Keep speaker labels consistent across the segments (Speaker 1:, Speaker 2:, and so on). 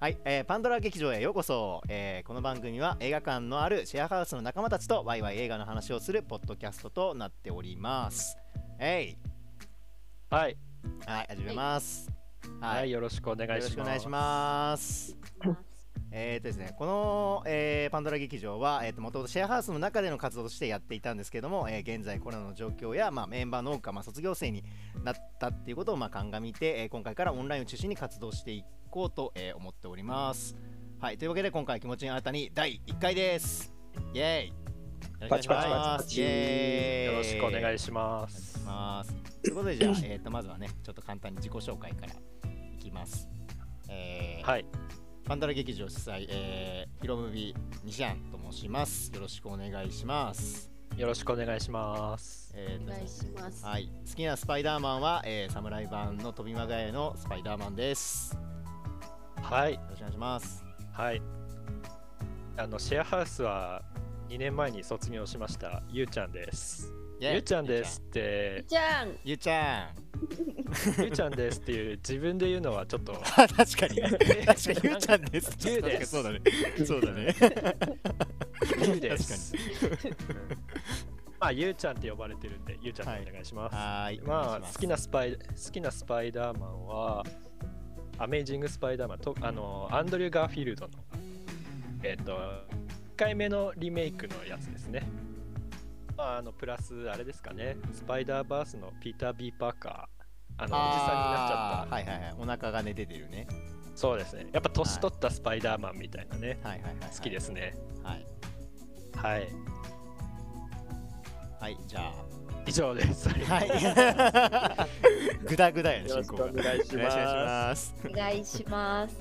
Speaker 1: はい、えーパンドラ劇場へようこそ、えーこの番組は映画館のあるシェアハウスの仲間たちとワイワイ映画の話をするポッドキャストとなっておりますえ
Speaker 2: はい、
Speaker 1: いはい始めます
Speaker 2: はい、よろしくお願いしま
Speaker 1: よ
Speaker 2: す。
Speaker 1: ろしくお願いします。えーとですね、この、えーパンドラ劇場は、えー、ともともとシェアハウスの中での活動としてやっていたんですけども、えー現在コロナの状況や、まあ、メンバーの多くが、まあ、卒業生になったっていうことを、まあ、鑑みて、えー今回からオンラインを中心に活動していこうと、えー思っております。はい、というわけで今回気持ちに新たに第1回です。イェーイよろしくお願いします
Speaker 3: パチパチパチパチ
Speaker 1: イエーイ
Speaker 2: よろしくお願いし
Speaker 1: お願い
Speaker 2: ま
Speaker 1: し
Speaker 2: す。
Speaker 1: ます。ということで、じゃあ、えー、とまずはね、ちょっと簡単に自己紹介からいきます。えー
Speaker 2: はい、
Speaker 1: パンダラ劇場主催、えー、ヒロムビ西安と申します。よろしくお願いします。
Speaker 2: よろしくお願いします。
Speaker 1: え
Speaker 3: お
Speaker 1: ーと
Speaker 3: 願いします。
Speaker 1: はい、好きなスパイダーマンは、えー、侍版の飛びまがえのスパイダーマンです。よ
Speaker 2: はい、
Speaker 1: ろしくお願いします。
Speaker 2: はい。あのシェアハウスは2年前に卒業しました。ゆうちゃんです。
Speaker 1: イェイ
Speaker 2: ゆうちゃんですっ
Speaker 3: ゆう
Speaker 2: て、
Speaker 3: ちゃん、
Speaker 1: ゆうちゃ ん。
Speaker 2: ゆうちゃんですっていう自分で言うのはちょ っと。
Speaker 1: あ確かにね。確かにゆうちゃんです。
Speaker 2: ゆうで
Speaker 1: 確
Speaker 2: す
Speaker 1: かにそうだね。そう だね。
Speaker 2: ゆうです。うん まあゆうちゃんって呼ばれてるんで、ゆうちゃんでお願いします。
Speaker 1: はーい。お願
Speaker 2: ま
Speaker 1: いし
Speaker 2: あ
Speaker 1: す
Speaker 2: 好きなスパイ好きなスパイダーマンはアメイジングスパイダーマンとあのアンドリュー・ガーフィールドのえっ、と1回目のリメイクのやつですね。まああのプラスあれですかねスパイダーバースのピーター・ビー・パーカーあのおじさんになっちゃ
Speaker 1: あ
Speaker 2: っ
Speaker 1: ーはいはいはい。お腹がね出てるね。
Speaker 2: たそうですねやっぱ年取ったスパイダーマンみたいなね、
Speaker 1: はいはいはい、はい。
Speaker 2: 好きですね
Speaker 1: はい。
Speaker 2: はい
Speaker 1: はい、じゃ
Speaker 2: 以上です
Speaker 1: あ。はい。ぐだぐだやね、
Speaker 4: よろ
Speaker 1: 進行
Speaker 4: しく
Speaker 1: が。
Speaker 4: お願いし
Speaker 1: お願いし
Speaker 4: ま
Speaker 1: ます。
Speaker 3: お願いします。
Speaker 4: す。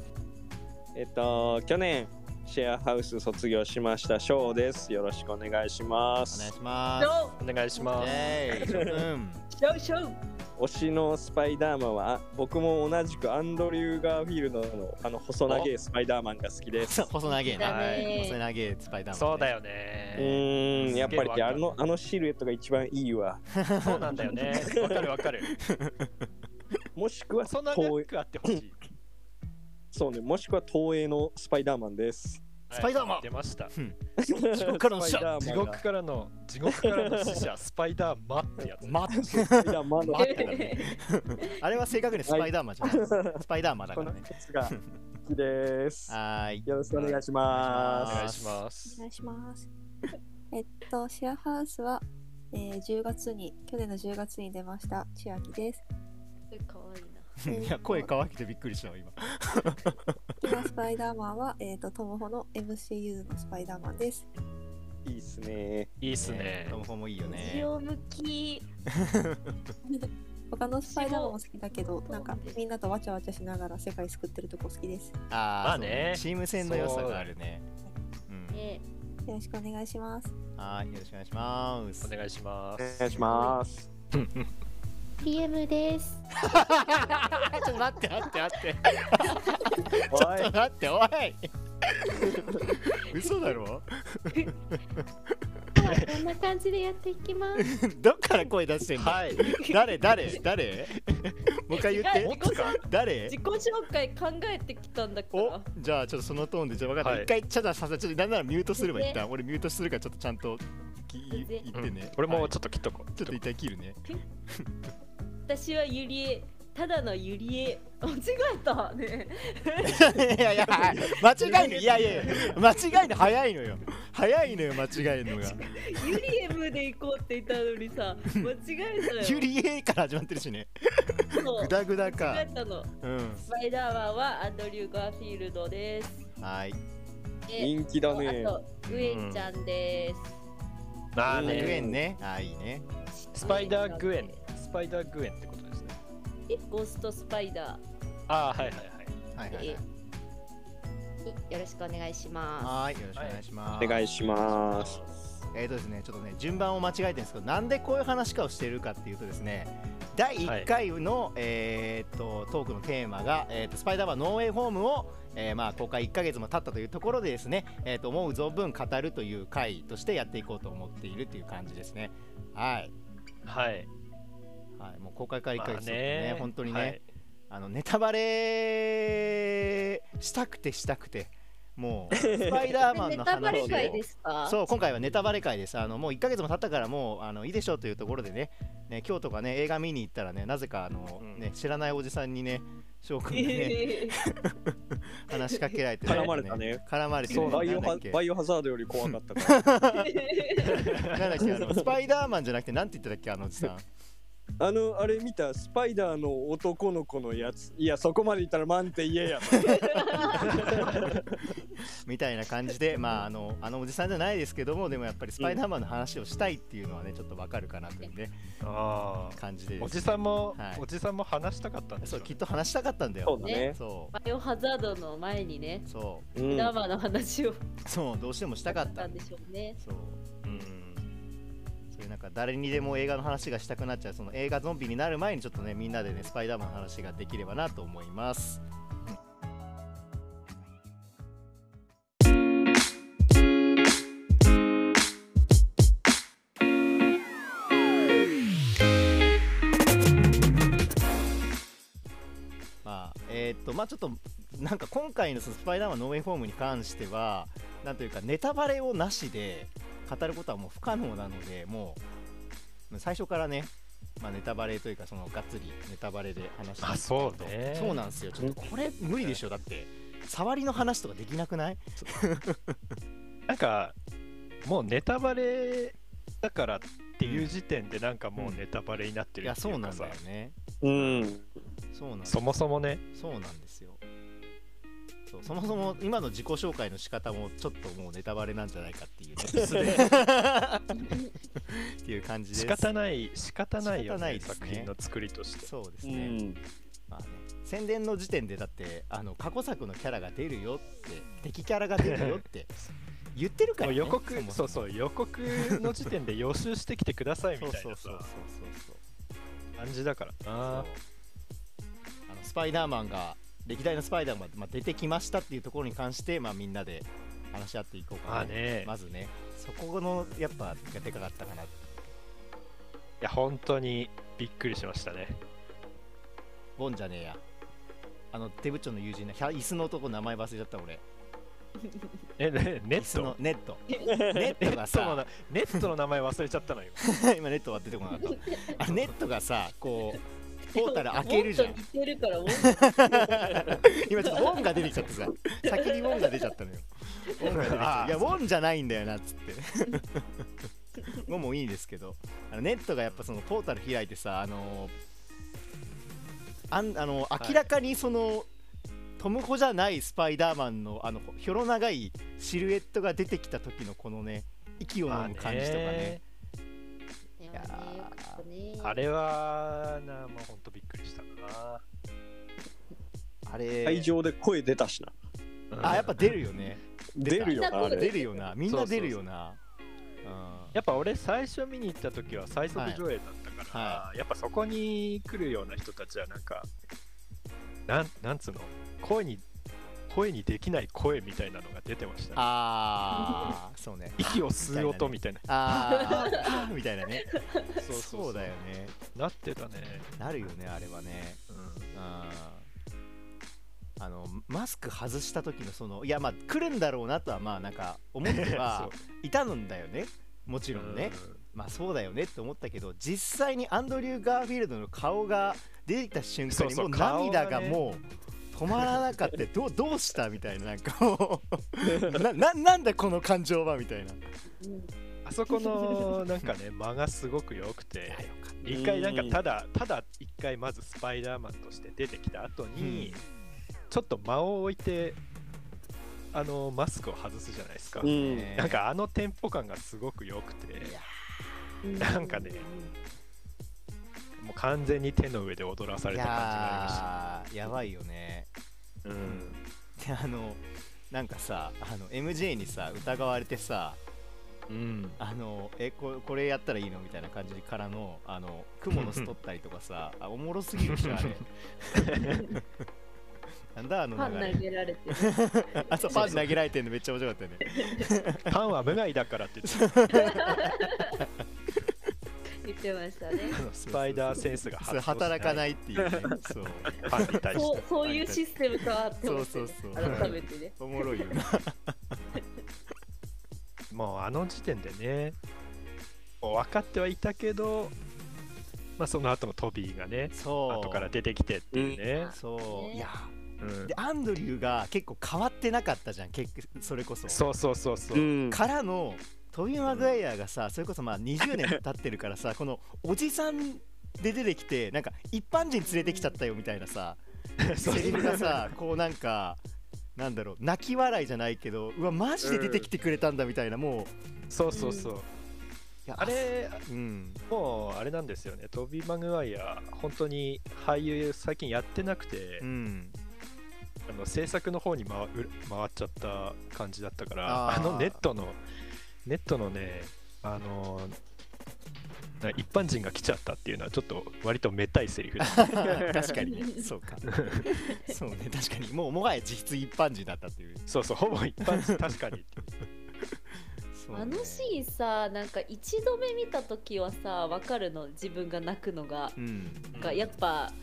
Speaker 4: えっと、去年、シェアハウス卒業しました、ショウです。よろしくお願いしま
Speaker 1: お願い
Speaker 4: す。
Speaker 1: します。
Speaker 3: ョ
Speaker 2: お願いします、
Speaker 1: イェーイ諸君
Speaker 3: ウ、ショウ、ショウ。
Speaker 4: 推しのスパイダーマンは、あ僕も同じくアンドリュー・ガーフィールドのあの細長いスパイダーマンが好 きです。
Speaker 1: 細長いな。
Speaker 2: だね
Speaker 1: 細長いスパイダーマンね。
Speaker 2: そうだよ
Speaker 4: う
Speaker 2: ね
Speaker 4: ーん、やっぱ
Speaker 2: すげえわか
Speaker 4: り
Speaker 2: る
Speaker 4: あのあのシルエットが一番いいわ。
Speaker 2: そうなんだよねわかるわかる
Speaker 4: もしくは
Speaker 2: そんな
Speaker 4: 東映
Speaker 2: くあってほしい
Speaker 4: そうね、もしくは東映のスパイダーマンです。
Speaker 1: スパイダーマン
Speaker 2: はい出ました。
Speaker 1: 地獄からの死
Speaker 4: スパイダーマンが
Speaker 2: 地獄からの、地獄からの 死者、スパイダーマンってやつ。
Speaker 1: マッ
Speaker 4: スパイダーマンの
Speaker 1: マ ッだからねあれは正確にスパイダーマンじゃない。スパイダーマンだか
Speaker 4: この
Speaker 1: ら ね。
Speaker 4: 2つが好 きです。
Speaker 1: はーい。
Speaker 4: よろしくお願いしま
Speaker 2: お
Speaker 4: す。
Speaker 2: 願いします
Speaker 5: お。願いします。えっと、シェアハウスは、えー10月に、去年の10月に出ました、千秋です。
Speaker 3: 可愛いな。
Speaker 1: いや、声乾きてびっくりしたわ、今。
Speaker 5: 好きなスパイダーマンは、えっと、トムホの MCU のスパイダーマンです。
Speaker 4: いいっすね。
Speaker 2: いいっすね
Speaker 1: ト。ムホもいいよね。
Speaker 3: 強向き。
Speaker 5: 他のスパイダーマンも好きだけど、なんかみんなとわちゃわちゃしながら世界救ってるとこ好きです。
Speaker 1: あー
Speaker 2: まあね
Speaker 1: そうチーム戦の良さがあるね。うん
Speaker 3: ね、
Speaker 5: よろしくお願いします。
Speaker 1: はーい。よろしくお願いします
Speaker 2: お。願いしま
Speaker 4: お
Speaker 2: す。
Speaker 4: 願いします。
Speaker 3: PM です。
Speaker 1: ちょっと待って待って待って。
Speaker 4: お
Speaker 1: ちょっと、
Speaker 4: い
Speaker 1: 待って、おい嘘だろ
Speaker 3: こんな感じでやっていきま す。
Speaker 1: どっから声出してんの、
Speaker 2: はい。
Speaker 1: 誰誰誰もう一回言って
Speaker 3: 自己紹
Speaker 1: 誰
Speaker 3: 自己紹介考えてきたんだか
Speaker 1: お
Speaker 3: ら。
Speaker 1: じゃあちょっとそのトーンでじゃあ分かった、
Speaker 2: はい
Speaker 1: 一回ちょっとさちょっとなんならミュートすれば
Speaker 3: ね
Speaker 1: 一旦俺ミュートするからちょっとちゃんとき言
Speaker 3: 全然
Speaker 1: ってね、
Speaker 2: 俺も
Speaker 1: はい
Speaker 2: ちょっと切っとこう。
Speaker 1: ちょっと一旦切るね
Speaker 3: 私はゆりえ。ただのゆりえ。間違えた。 ね。
Speaker 1: いやいや間違いのいやいやいや間違いの早いのよ早いのよ間違えるのが
Speaker 3: ゆりえむで行こうって言ったのにさ。間違えたよ。
Speaker 1: キュリエから始まってるしね
Speaker 3: そう
Speaker 1: グダグダ
Speaker 3: 間
Speaker 1: か
Speaker 3: 違えたの。
Speaker 1: うん
Speaker 3: スパイダーマンはアンドリュー・ガーフィールドです。
Speaker 1: はい
Speaker 3: で
Speaker 4: 人気だね
Speaker 3: あ。と、グエンちゃんです。
Speaker 2: まあ
Speaker 1: グ
Speaker 4: ね
Speaker 1: エン
Speaker 2: ね。
Speaker 1: ねあいいね
Speaker 2: スパイダーグエン。スパイダーグエンってことですね。
Speaker 3: えゴーストスパイダ
Speaker 2: ああ、はいはいは
Speaker 1: はいは
Speaker 2: い。
Speaker 3: ー、
Speaker 1: いはい
Speaker 3: えよろしくお願いしま
Speaker 1: はい、よろしくお願いします。
Speaker 4: お願いします。
Speaker 1: えーとですね、ちょっとね、順番を間違えてるんですけど、なんでこういう話かをしているかっていうとですね、第1回の、えーっとトークのテーマが、えーっとスパイダーマンノーウェイホームを、えーまあ、公開1ヶ月も経ったというところでですね、えーっと思う存分語るという回としてやっていこうと思っているという感じですね。はい、
Speaker 2: はい。
Speaker 1: はい、もう公開から1ヶ
Speaker 2: まあ
Speaker 1: 月とねね、本当にね、
Speaker 2: はい
Speaker 1: あのネタバレしたくてしたくても うスパイダーマン
Speaker 3: ネ
Speaker 1: の
Speaker 3: タバ
Speaker 1: 話
Speaker 3: レ
Speaker 1: を
Speaker 3: 会ですか
Speaker 1: そう今回はネタバレ会ですあのもう1ヶ月も経ったからもうあのいいでしょうというところでねね今日とかね映画見に行ったらねなぜかあの、
Speaker 2: うん
Speaker 1: ね、知らないおじさんにね翔くんがね
Speaker 3: えー
Speaker 1: 話しかけられて、
Speaker 4: 絡まれたね
Speaker 1: 絡まれて
Speaker 4: そうバイ
Speaker 1: なん
Speaker 4: オ
Speaker 1: だ
Speaker 4: ハ
Speaker 1: っけ
Speaker 4: バイオハザードより怖かったから
Speaker 1: なんだっけあのスパイダーマンじゃなくてなんて言ってたっけあのおじさん
Speaker 4: あのあれ見たスパイダーの男の子のやついやそこまでいったらマンって言えや
Speaker 1: みたいな感じで、まあ、あのあのおじさんじゃないですけどもでもやっぱりスパイダーマンの話をしたいっていうのはねちょっとわかるかなというね
Speaker 2: ああ。
Speaker 1: 感じでですね
Speaker 2: おじさんも、
Speaker 1: はい
Speaker 2: おじさんも話したかったんでし
Speaker 1: そ
Speaker 2: ょ
Speaker 1: う
Speaker 2: ね
Speaker 1: きっと話したかったんだ
Speaker 4: そ
Speaker 1: よ
Speaker 4: うだね
Speaker 1: そ
Speaker 3: バイオハザードの前にね
Speaker 1: う、そ
Speaker 4: うん
Speaker 3: ダーマンの話を
Speaker 1: うそうどうしてもしたかっ
Speaker 3: な
Speaker 1: た
Speaker 3: んでしょうね。
Speaker 1: そう
Speaker 2: うん。
Speaker 1: そういうなんか誰にでも映画の話がしたくなっちゃうその映画ゾンビになる前にちょっとねみんなでねスパイダーマンの話ができればなと思いますまあえーっとまあちょっとなんか今回のそのスパイダーマンノーウェイホームに関してはなんというかネタバレをなしで語ることはもう不可能なのでもう最初からね、まあ、ネタバレというかそのがっつりネタバレで話して
Speaker 2: あそうね
Speaker 1: そうなんですよちょっとこれ無理でしょだって触りの話とかできなくない
Speaker 2: なんかもうネタバレだからっていう時点でなんかもうネタバレになって
Speaker 1: い
Speaker 2: る
Speaker 1: や
Speaker 2: って
Speaker 1: そ
Speaker 2: いうう
Speaker 1: な
Speaker 2: か
Speaker 1: ん
Speaker 2: さ
Speaker 1: だよね
Speaker 4: うん
Speaker 1: そうなんです
Speaker 2: そもそもね
Speaker 1: そうなんですよそうそもそも今の自己紹介の仕方もちょっともうネタバレなんじゃないかっていう ね っていう感じです
Speaker 2: 仕方ない仕方ないよ
Speaker 1: 仕方ない
Speaker 2: ね
Speaker 1: ですね
Speaker 2: 作品の作りとして
Speaker 1: そうです
Speaker 4: う
Speaker 1: ね、
Speaker 4: ん
Speaker 1: まあね、宣伝の時点でだってあの過去作のキャラが出るよって敵キャラが出るよって 言ってるから、
Speaker 2: もう
Speaker 1: ね、
Speaker 2: 予告
Speaker 1: も
Speaker 2: そ
Speaker 1: も
Speaker 2: うそう予告の時点で予習してきてください
Speaker 1: そ
Speaker 2: み
Speaker 1: う
Speaker 2: たい
Speaker 1: そう
Speaker 2: な
Speaker 1: そうそう
Speaker 2: さ
Speaker 1: そう
Speaker 2: 感じだから
Speaker 1: あ
Speaker 2: な
Speaker 1: あのスパイダーマンが歴代のスパイダーマンが、まあ、出てきましたっていうところに関して、まあ、みんなで話し合っていこうか
Speaker 2: ま
Speaker 1: な
Speaker 2: あね
Speaker 1: まずねそこのやっぱがでかかったかない
Speaker 2: や本当にびっくりしましたね
Speaker 1: ボンじゃねえやあのデブチョの友人のひゃ椅子の男名前忘れちゃった俺
Speaker 2: えねネ
Speaker 1: 椅
Speaker 2: ッ
Speaker 1: 子の
Speaker 2: ト
Speaker 1: ネット ネットが
Speaker 2: そう
Speaker 1: さ
Speaker 2: なネットの名前忘れちゃったのよ
Speaker 1: 今ネットは出てこなかったあネットがさこうポータル開けるじゃん
Speaker 3: もっと似てる から、もっと
Speaker 1: 今ちょっとウォンが出てきちゃってさ先にウォンが出ちゃったのよウォンが出てきちゃ
Speaker 2: あ
Speaker 1: っ
Speaker 2: ー
Speaker 1: ていやウォンじゃないんだよなっつってウォンもいいですけどあのネットがやっぱそのポータル開いてさあのあんあの
Speaker 2: い
Speaker 1: 明らかにその、トム・ホじゃないスパイダーマンのあのひょろ長いシルエットが出てきた時のこのね息を
Speaker 2: まあ
Speaker 1: 飲む感じとかね
Speaker 2: ね
Speaker 3: いや
Speaker 1: やー
Speaker 3: よかったね
Speaker 2: あれはなもう本当びっくりしたな
Speaker 1: あれ
Speaker 4: 会場で声出たしな
Speaker 1: あやっぱ出るよね
Speaker 4: 出るよなあれ
Speaker 1: 出るよなみんな出るよなうん
Speaker 2: やっぱ俺最初見に行った時は最速上映だったから、
Speaker 1: はい
Speaker 2: やっぱそこに来るような人たちはなんかなんなんつうの声に声にできない声みたいなのが出てました、ね、
Speaker 1: あ あそうね
Speaker 2: 息を吸う音みたいな
Speaker 1: ああ みたいなね
Speaker 2: そうそうそう
Speaker 1: そうだよね
Speaker 2: なってたね、
Speaker 1: なるよねあれはね
Speaker 2: うん、
Speaker 1: うんあのマスク外した時のそのいやまあ来るんだろうなとはまあなんか思って
Speaker 2: そ
Speaker 1: は
Speaker 2: う
Speaker 1: いたんだよねもちろんねまあそうだよねって思ったけど実際にアンドリュー・ガーフィールドの顔が出てきた瞬間に
Speaker 2: そう
Speaker 1: も
Speaker 2: そうう顔が
Speaker 1: 涙
Speaker 2: ね
Speaker 1: がもう止まらなかったどう どうしたみたいななんかも うなななんだこの感情はみたいな
Speaker 3: うん
Speaker 2: あそこのなんかね 間がすごく良くて一回なんかただただ一回まずスパイダーマンとして出てきた後に、
Speaker 1: うん
Speaker 2: ちょっと間を置いてあのマスクを外すじゃないですか、
Speaker 4: うん
Speaker 1: ね
Speaker 2: なんかあのテンポ感がすごく良くてなんかねもう完全に手の上で踊らされた感じがありました
Speaker 1: いやーやばいよね
Speaker 2: うん
Speaker 1: であのなんかさあの MJ にさ疑われてさ
Speaker 2: うん
Speaker 1: あのえここれやったらいいのみたいな感じからのあのクモの巣取ったりとか さあおもろすぎるでしょあれなんだあ
Speaker 3: パ
Speaker 1: の流
Speaker 3: ン投
Speaker 1: れ
Speaker 3: げられてる。
Speaker 1: あそうパン投げられてるのめっちゃ面白かったよね
Speaker 2: パンは無害だからって言って
Speaker 3: 言って ましたね。
Speaker 1: ス
Speaker 2: スパイダーセンスが
Speaker 1: そう働かないいっていうねそう
Speaker 2: ファンに対し
Speaker 3: そ
Speaker 2: て
Speaker 3: うそういうシステムかって思って、
Speaker 1: そう
Speaker 3: ね
Speaker 1: そう、そう
Speaker 3: 改めてね。
Speaker 1: おもろいよな
Speaker 2: もうあの時点でねもう分かってはいたけど、まあ、その後のトビーがね
Speaker 1: そう
Speaker 2: 後から出てきてっていうね、
Speaker 1: そういや
Speaker 2: うん
Speaker 1: でアンドリューが結構変わってなかったじゃん結局それこそ
Speaker 2: そうそうそうそう、
Speaker 4: うん
Speaker 1: からのトビー・マグワイアがさそれこそまあ20年経ってるからさこのおじさんで出てきてなんか一般人連れてきちゃったよみたいなさセリフがさこうなんかなんだろう泣き笑いじゃないけどうわマジで出てきてくれたんだみたいなもうい
Speaker 2: そうそうそう、
Speaker 1: や
Speaker 2: あれ
Speaker 1: うん
Speaker 2: もうあれなんですよねトビー・マグワイア本当に俳優最近やってなくて、
Speaker 1: うん
Speaker 2: あの制作の方に回う回っちゃった感じだったから
Speaker 1: あ
Speaker 2: あ
Speaker 1: ー
Speaker 2: のネットのネットのねあのな一般人が来ちゃったっていうのはちょっと割とめったいセリフだ
Speaker 1: 確かにねそうかそうね確かにもうもはや実質一般人だったっていう
Speaker 2: そうそうほぼ一般人確かに
Speaker 1: そうね
Speaker 3: あのシーンさなんか一度目見た時はさ分かるの自分が泣くのが、
Speaker 1: うん
Speaker 3: なんかやっぱ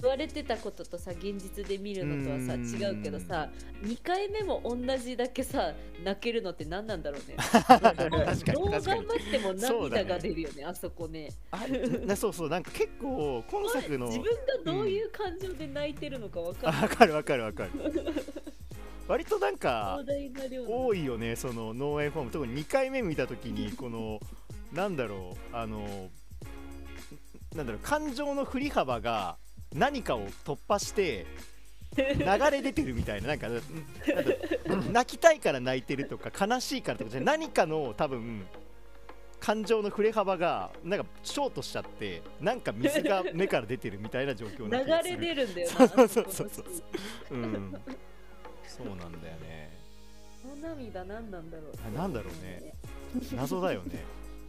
Speaker 3: 言われてたこととさ現実で見るのとはさ
Speaker 1: うん
Speaker 3: 違うけどさ2回目も同じだけさ泣けるのって何なんだろうね
Speaker 1: 確かに
Speaker 3: どう頑
Speaker 1: 確か
Speaker 3: 張
Speaker 1: に
Speaker 3: っても
Speaker 1: そうだ
Speaker 3: 涙
Speaker 1: ね
Speaker 3: が出るよねあそこね
Speaker 1: あなそうそうなんか結構今作の
Speaker 3: 自分がどういう感情で泣いてるのか分 か
Speaker 1: あ
Speaker 3: んない
Speaker 1: わかるわかるわかる割となんか
Speaker 3: 壮大な量の
Speaker 1: 多いよねその農園フォーム特に2回目見た時 にこのなんだろうあのなんだろう感情の振り幅が何かを突破して流れ出てるみたいななんかなんだろう泣きたいから泣いてるとか悲しいからとかじゃない何かの多分感情の振れ幅がなんかショートしちゃってなんか水が目から出てるみたいな状況な気がす
Speaker 3: 流れ
Speaker 1: る
Speaker 3: 出るんだよ
Speaker 1: そ
Speaker 3: な
Speaker 1: うそうそうそう
Speaker 3: あこのシーン
Speaker 1: うん、そうなんだよね
Speaker 3: この涙何なんだろ
Speaker 1: あ
Speaker 3: う
Speaker 1: なんだろうね謎だよね。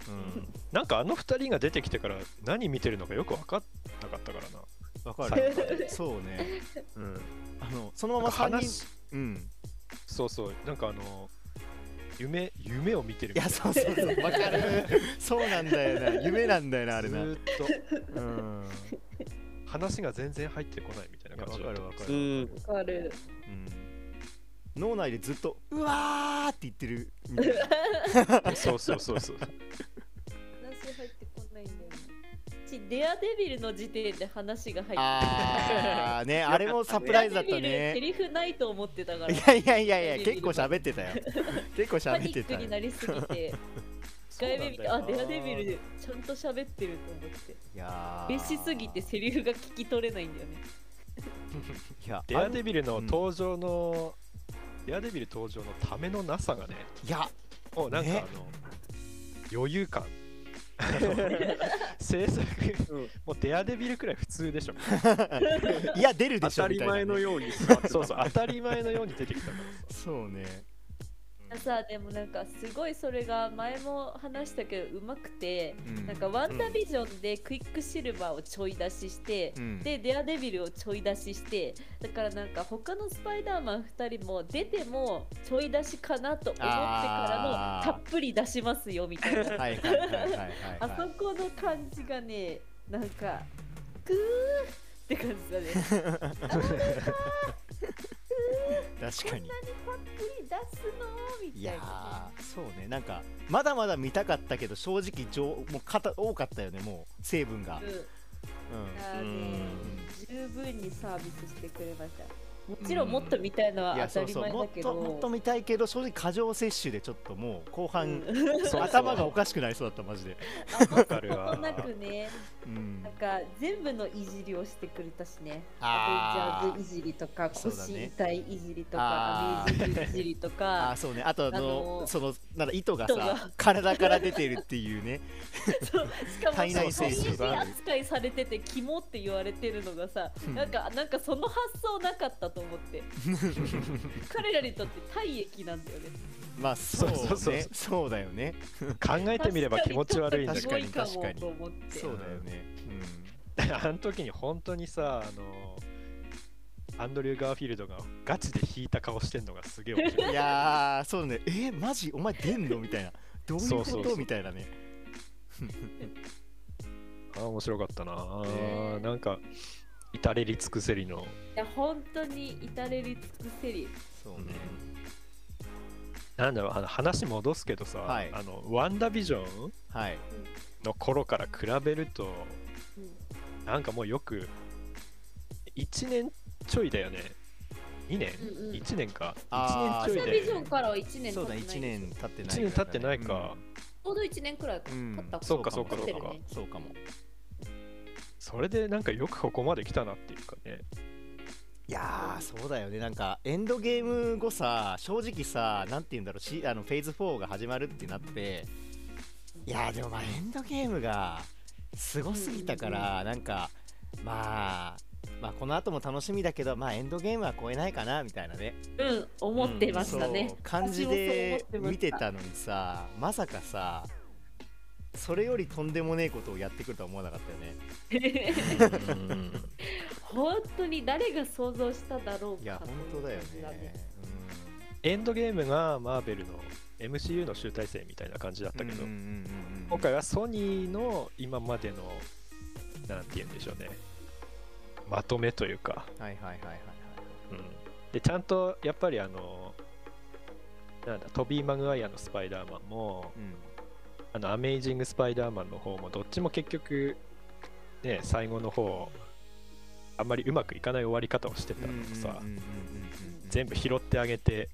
Speaker 1: う
Speaker 2: なんかあの二人が出てきてから何見てるのかよく分かんなかったからな、
Speaker 1: ん、わかる
Speaker 2: 最後 ま。で
Speaker 1: そうね。
Speaker 2: うん、
Speaker 1: あのそのま
Speaker 2: なん
Speaker 1: ま
Speaker 2: か
Speaker 1: 三
Speaker 2: 話
Speaker 1: 人。うん。
Speaker 2: そうそうなんかあの夢夢を見てる
Speaker 1: い
Speaker 2: み
Speaker 1: や
Speaker 2: たい
Speaker 1: そうそうそうわかる。 そうなんだよな。夢なんだよな
Speaker 2: な
Speaker 1: あれな。う
Speaker 2: ず
Speaker 1: ん。
Speaker 2: ーっと 話が全然入ってこないみたい
Speaker 1: いや
Speaker 2: な
Speaker 1: わ
Speaker 2: 感
Speaker 1: か
Speaker 2: じ
Speaker 1: る
Speaker 2: だ
Speaker 1: わ
Speaker 2: っ
Speaker 1: か
Speaker 2: た
Speaker 1: る。
Speaker 4: う
Speaker 1: うん
Speaker 4: ん
Speaker 3: わかる
Speaker 1: 脳内でずっとうわーって言ってるみたいな。
Speaker 2: そうそうそうそう
Speaker 3: 話入ってこないんだよね私デアデビルの時点で話が入って
Speaker 1: あーねあれもサプライズだった
Speaker 3: デアデ
Speaker 1: ね。
Speaker 3: ビルセリフないと思ってたから
Speaker 1: いやいやいやいや結構喋ってたよ。結構
Speaker 3: パ
Speaker 1: 喋
Speaker 3: ニ
Speaker 1: って
Speaker 3: ック
Speaker 1: たよ
Speaker 3: に。なりすぎ て1回目見て
Speaker 2: そうな
Speaker 3: あ
Speaker 2: んだよ
Speaker 3: デ
Speaker 2: な
Speaker 3: アデビルでちゃんと喋ってると思って
Speaker 1: いやー。
Speaker 3: 嬉しすぎてセリフが聞き取れないんだよね
Speaker 1: いや
Speaker 2: デアデビルの
Speaker 1: うん
Speaker 2: 登場の、デアデビル登場のためのなさがね、
Speaker 1: いや
Speaker 2: もうなんかあの、
Speaker 1: ね
Speaker 2: 余裕 感。制作、
Speaker 4: うん
Speaker 2: もうデアデビルくらい普通で しょ。
Speaker 1: いや出るで
Speaker 4: 当
Speaker 1: しょ
Speaker 4: た
Speaker 1: み
Speaker 4: り
Speaker 1: たいなね、
Speaker 4: 前のように座ってた
Speaker 2: そうそう、当たり前のように出てきたからさ。
Speaker 1: そうね。
Speaker 3: さあでもなんかすごいそれが前も話したけどうまくて
Speaker 1: うん
Speaker 3: なんかワンダービジョンでクイックシルバーをちょい出しして、
Speaker 1: うん
Speaker 3: でデアデビルをちょい出ししてだからなんか他のスパイダーマン2人も出てもちょい出しかなと思ってから
Speaker 1: あー
Speaker 3: のたっぷり出しますよみたいな
Speaker 1: はいはいはいはいはい、
Speaker 3: あそこの感じがねなんかグーって感じだねたっ
Speaker 1: 確かに
Speaker 3: ぷり出すのー
Speaker 1: い
Speaker 3: みた
Speaker 1: や
Speaker 3: いな
Speaker 1: ーそうねなんかまだまだ見たかったけど正直情もうかた多かったよねもう成分が
Speaker 3: う、ん
Speaker 1: う
Speaker 3: あー
Speaker 4: う
Speaker 3: ね
Speaker 4: ん
Speaker 3: 十分にサービスしてくれましたもちろんもっと見たいの
Speaker 1: ん、い
Speaker 3: は
Speaker 1: や
Speaker 3: 当
Speaker 1: そ
Speaker 3: た
Speaker 1: う
Speaker 3: り
Speaker 1: そう
Speaker 3: 前
Speaker 1: も
Speaker 3: だ
Speaker 1: っ
Speaker 3: け
Speaker 1: と
Speaker 3: ど
Speaker 1: もっと見たいけど正直過剰摂取でちょっともう後半、
Speaker 3: うん
Speaker 1: 頭がおかしくなりそうだったマジで、
Speaker 3: あもっと
Speaker 2: かる わ
Speaker 3: ことなくね
Speaker 1: うん
Speaker 3: なん、か全部のいじりをしてくれたしね。
Speaker 1: あ
Speaker 3: ア
Speaker 1: ー
Speaker 3: ベンジャーズいじりとか、
Speaker 1: そうだ
Speaker 3: 腰
Speaker 1: ね
Speaker 3: 痛いいじりと
Speaker 1: あ
Speaker 3: か、ア
Speaker 1: ー
Speaker 3: メージングいじり と
Speaker 1: あ
Speaker 3: か
Speaker 1: ー、そうねあとあの、
Speaker 3: あのー
Speaker 1: そのなんだ糸がさ
Speaker 3: 糸が
Speaker 1: 体から出てるっていうね
Speaker 3: そうしかも
Speaker 1: 体内
Speaker 3: そう
Speaker 1: 清
Speaker 2: 掃がある
Speaker 3: 扱いされてて、キモって言われてるのがさ、
Speaker 1: うん
Speaker 3: なんか、なんかその発想なかったと 思って。彼らにとって体液なんだよね。
Speaker 1: まあそうね
Speaker 2: そう
Speaker 1: そ
Speaker 2: そううそう
Speaker 1: だよね
Speaker 2: 考えてみれば気持ち悪いんだけ
Speaker 1: 確か
Speaker 2: ど
Speaker 3: 確
Speaker 1: に
Speaker 3: かに、
Speaker 1: 確かに
Speaker 3: と思って。
Speaker 1: そうだよね、
Speaker 2: あの時に本当にさ、あの、アンドリュー・ガーフィールドがガチで引いた顔してんのがすげえ面白
Speaker 1: うん、い
Speaker 2: い。
Speaker 1: やーそうねえマジお前出んのみたいなどういうこと
Speaker 2: そうそうそう
Speaker 1: みたいなね
Speaker 2: あー面白かったなあー
Speaker 3: ね
Speaker 2: なんか至れり尽くせりの
Speaker 3: いや本当に至れり尽くせり
Speaker 1: そうね。
Speaker 2: なんだろうあの話戻すけどさ、
Speaker 1: はい
Speaker 2: あのワンダビジョン
Speaker 1: はい。
Speaker 2: の頃から比べると
Speaker 3: うん
Speaker 2: なんかもうよく1年ちょいだよね2年、
Speaker 3: うんうん
Speaker 2: 1年か
Speaker 1: あー
Speaker 2: 1年
Speaker 3: 朝
Speaker 2: ちょい
Speaker 3: ビ
Speaker 2: で
Speaker 3: ジョンからは1年経
Speaker 1: そう
Speaker 3: って
Speaker 1: だ、
Speaker 3: ない
Speaker 1: 1年経ってない。
Speaker 2: 1年経ってないか、。
Speaker 3: ちょうど1年くらいか
Speaker 1: うん
Speaker 3: 経った
Speaker 2: そうかそうか
Speaker 1: そ
Speaker 2: そう
Speaker 1: か
Speaker 2: うか
Speaker 3: 経ってるね
Speaker 1: そうかも。
Speaker 2: それでなんかよくここまで来たなっていうかね
Speaker 1: いやーそうだよねなんかエンドゲーム後さ正直さなんて言うんだろうしあのフェーズ4が始まるってなっていやーでもまあエンドゲームがすごすぎたからなんかまあまあこの後も楽しみだけどまあエンドゲームは超えないかなみたいなね
Speaker 3: うん思ってました
Speaker 1: うん
Speaker 3: ね
Speaker 1: そう感じで
Speaker 3: 私もそう思ってました
Speaker 1: 見てたのにさまさかさそれよりとんでもねえことをやってくるとは思わなかったよね
Speaker 3: 本当に誰が想像しただろう
Speaker 1: いや
Speaker 3: か
Speaker 1: 本
Speaker 3: と
Speaker 1: 当だ
Speaker 3: いう
Speaker 1: よ
Speaker 3: 感じだ
Speaker 1: ね
Speaker 2: エンドゲームがマーベルの MCU の集大成みたいな感じだったけど、
Speaker 1: うんうんうんうんうん
Speaker 2: 今回はソニーの今までのなんて言うんでしょうねまとめというか、
Speaker 1: はいはいはいはいはい
Speaker 2: うんでちゃんとやっぱりあのなんだトビー・マグワイアのスパイダーマンも
Speaker 1: うん
Speaker 2: あのアメイジング・スパイダーマンの方もどっちも結局ね最後の方あんまりうまくいかない終わり方をしてたのをさ、
Speaker 1: うんうんうんうんうん
Speaker 2: 全部拾ってあげて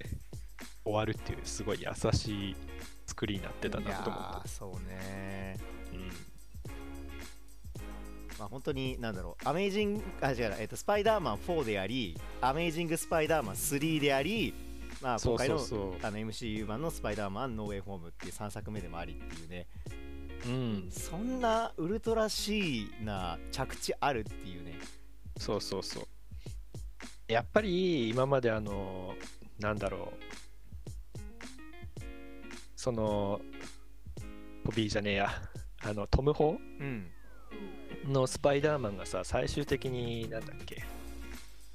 Speaker 2: 終わるっていうすごい優しい作りになってたなと思
Speaker 1: いや
Speaker 2: っ
Speaker 1: ーそうね
Speaker 2: て、うん
Speaker 1: まあ本当に何だろうアメイジングあ違うな、えっとスパイダーマン4でありアメイジングスパイダーマン3でありまあ今
Speaker 2: そう
Speaker 1: 回
Speaker 2: そ
Speaker 1: の
Speaker 2: うそ
Speaker 1: あの MCU 版のスパイダーマンノーウェイホームっていう3作目でもありっていうね
Speaker 2: う、うん、
Speaker 1: そんなウルトラ C な着地あるっていうね
Speaker 2: そうそうそうやっぱり今まであのなんだろうそのトビーじゃねえやあのトム・ホ
Speaker 1: うん
Speaker 2: ーのスパイダーマンがさ最終的になんだっけ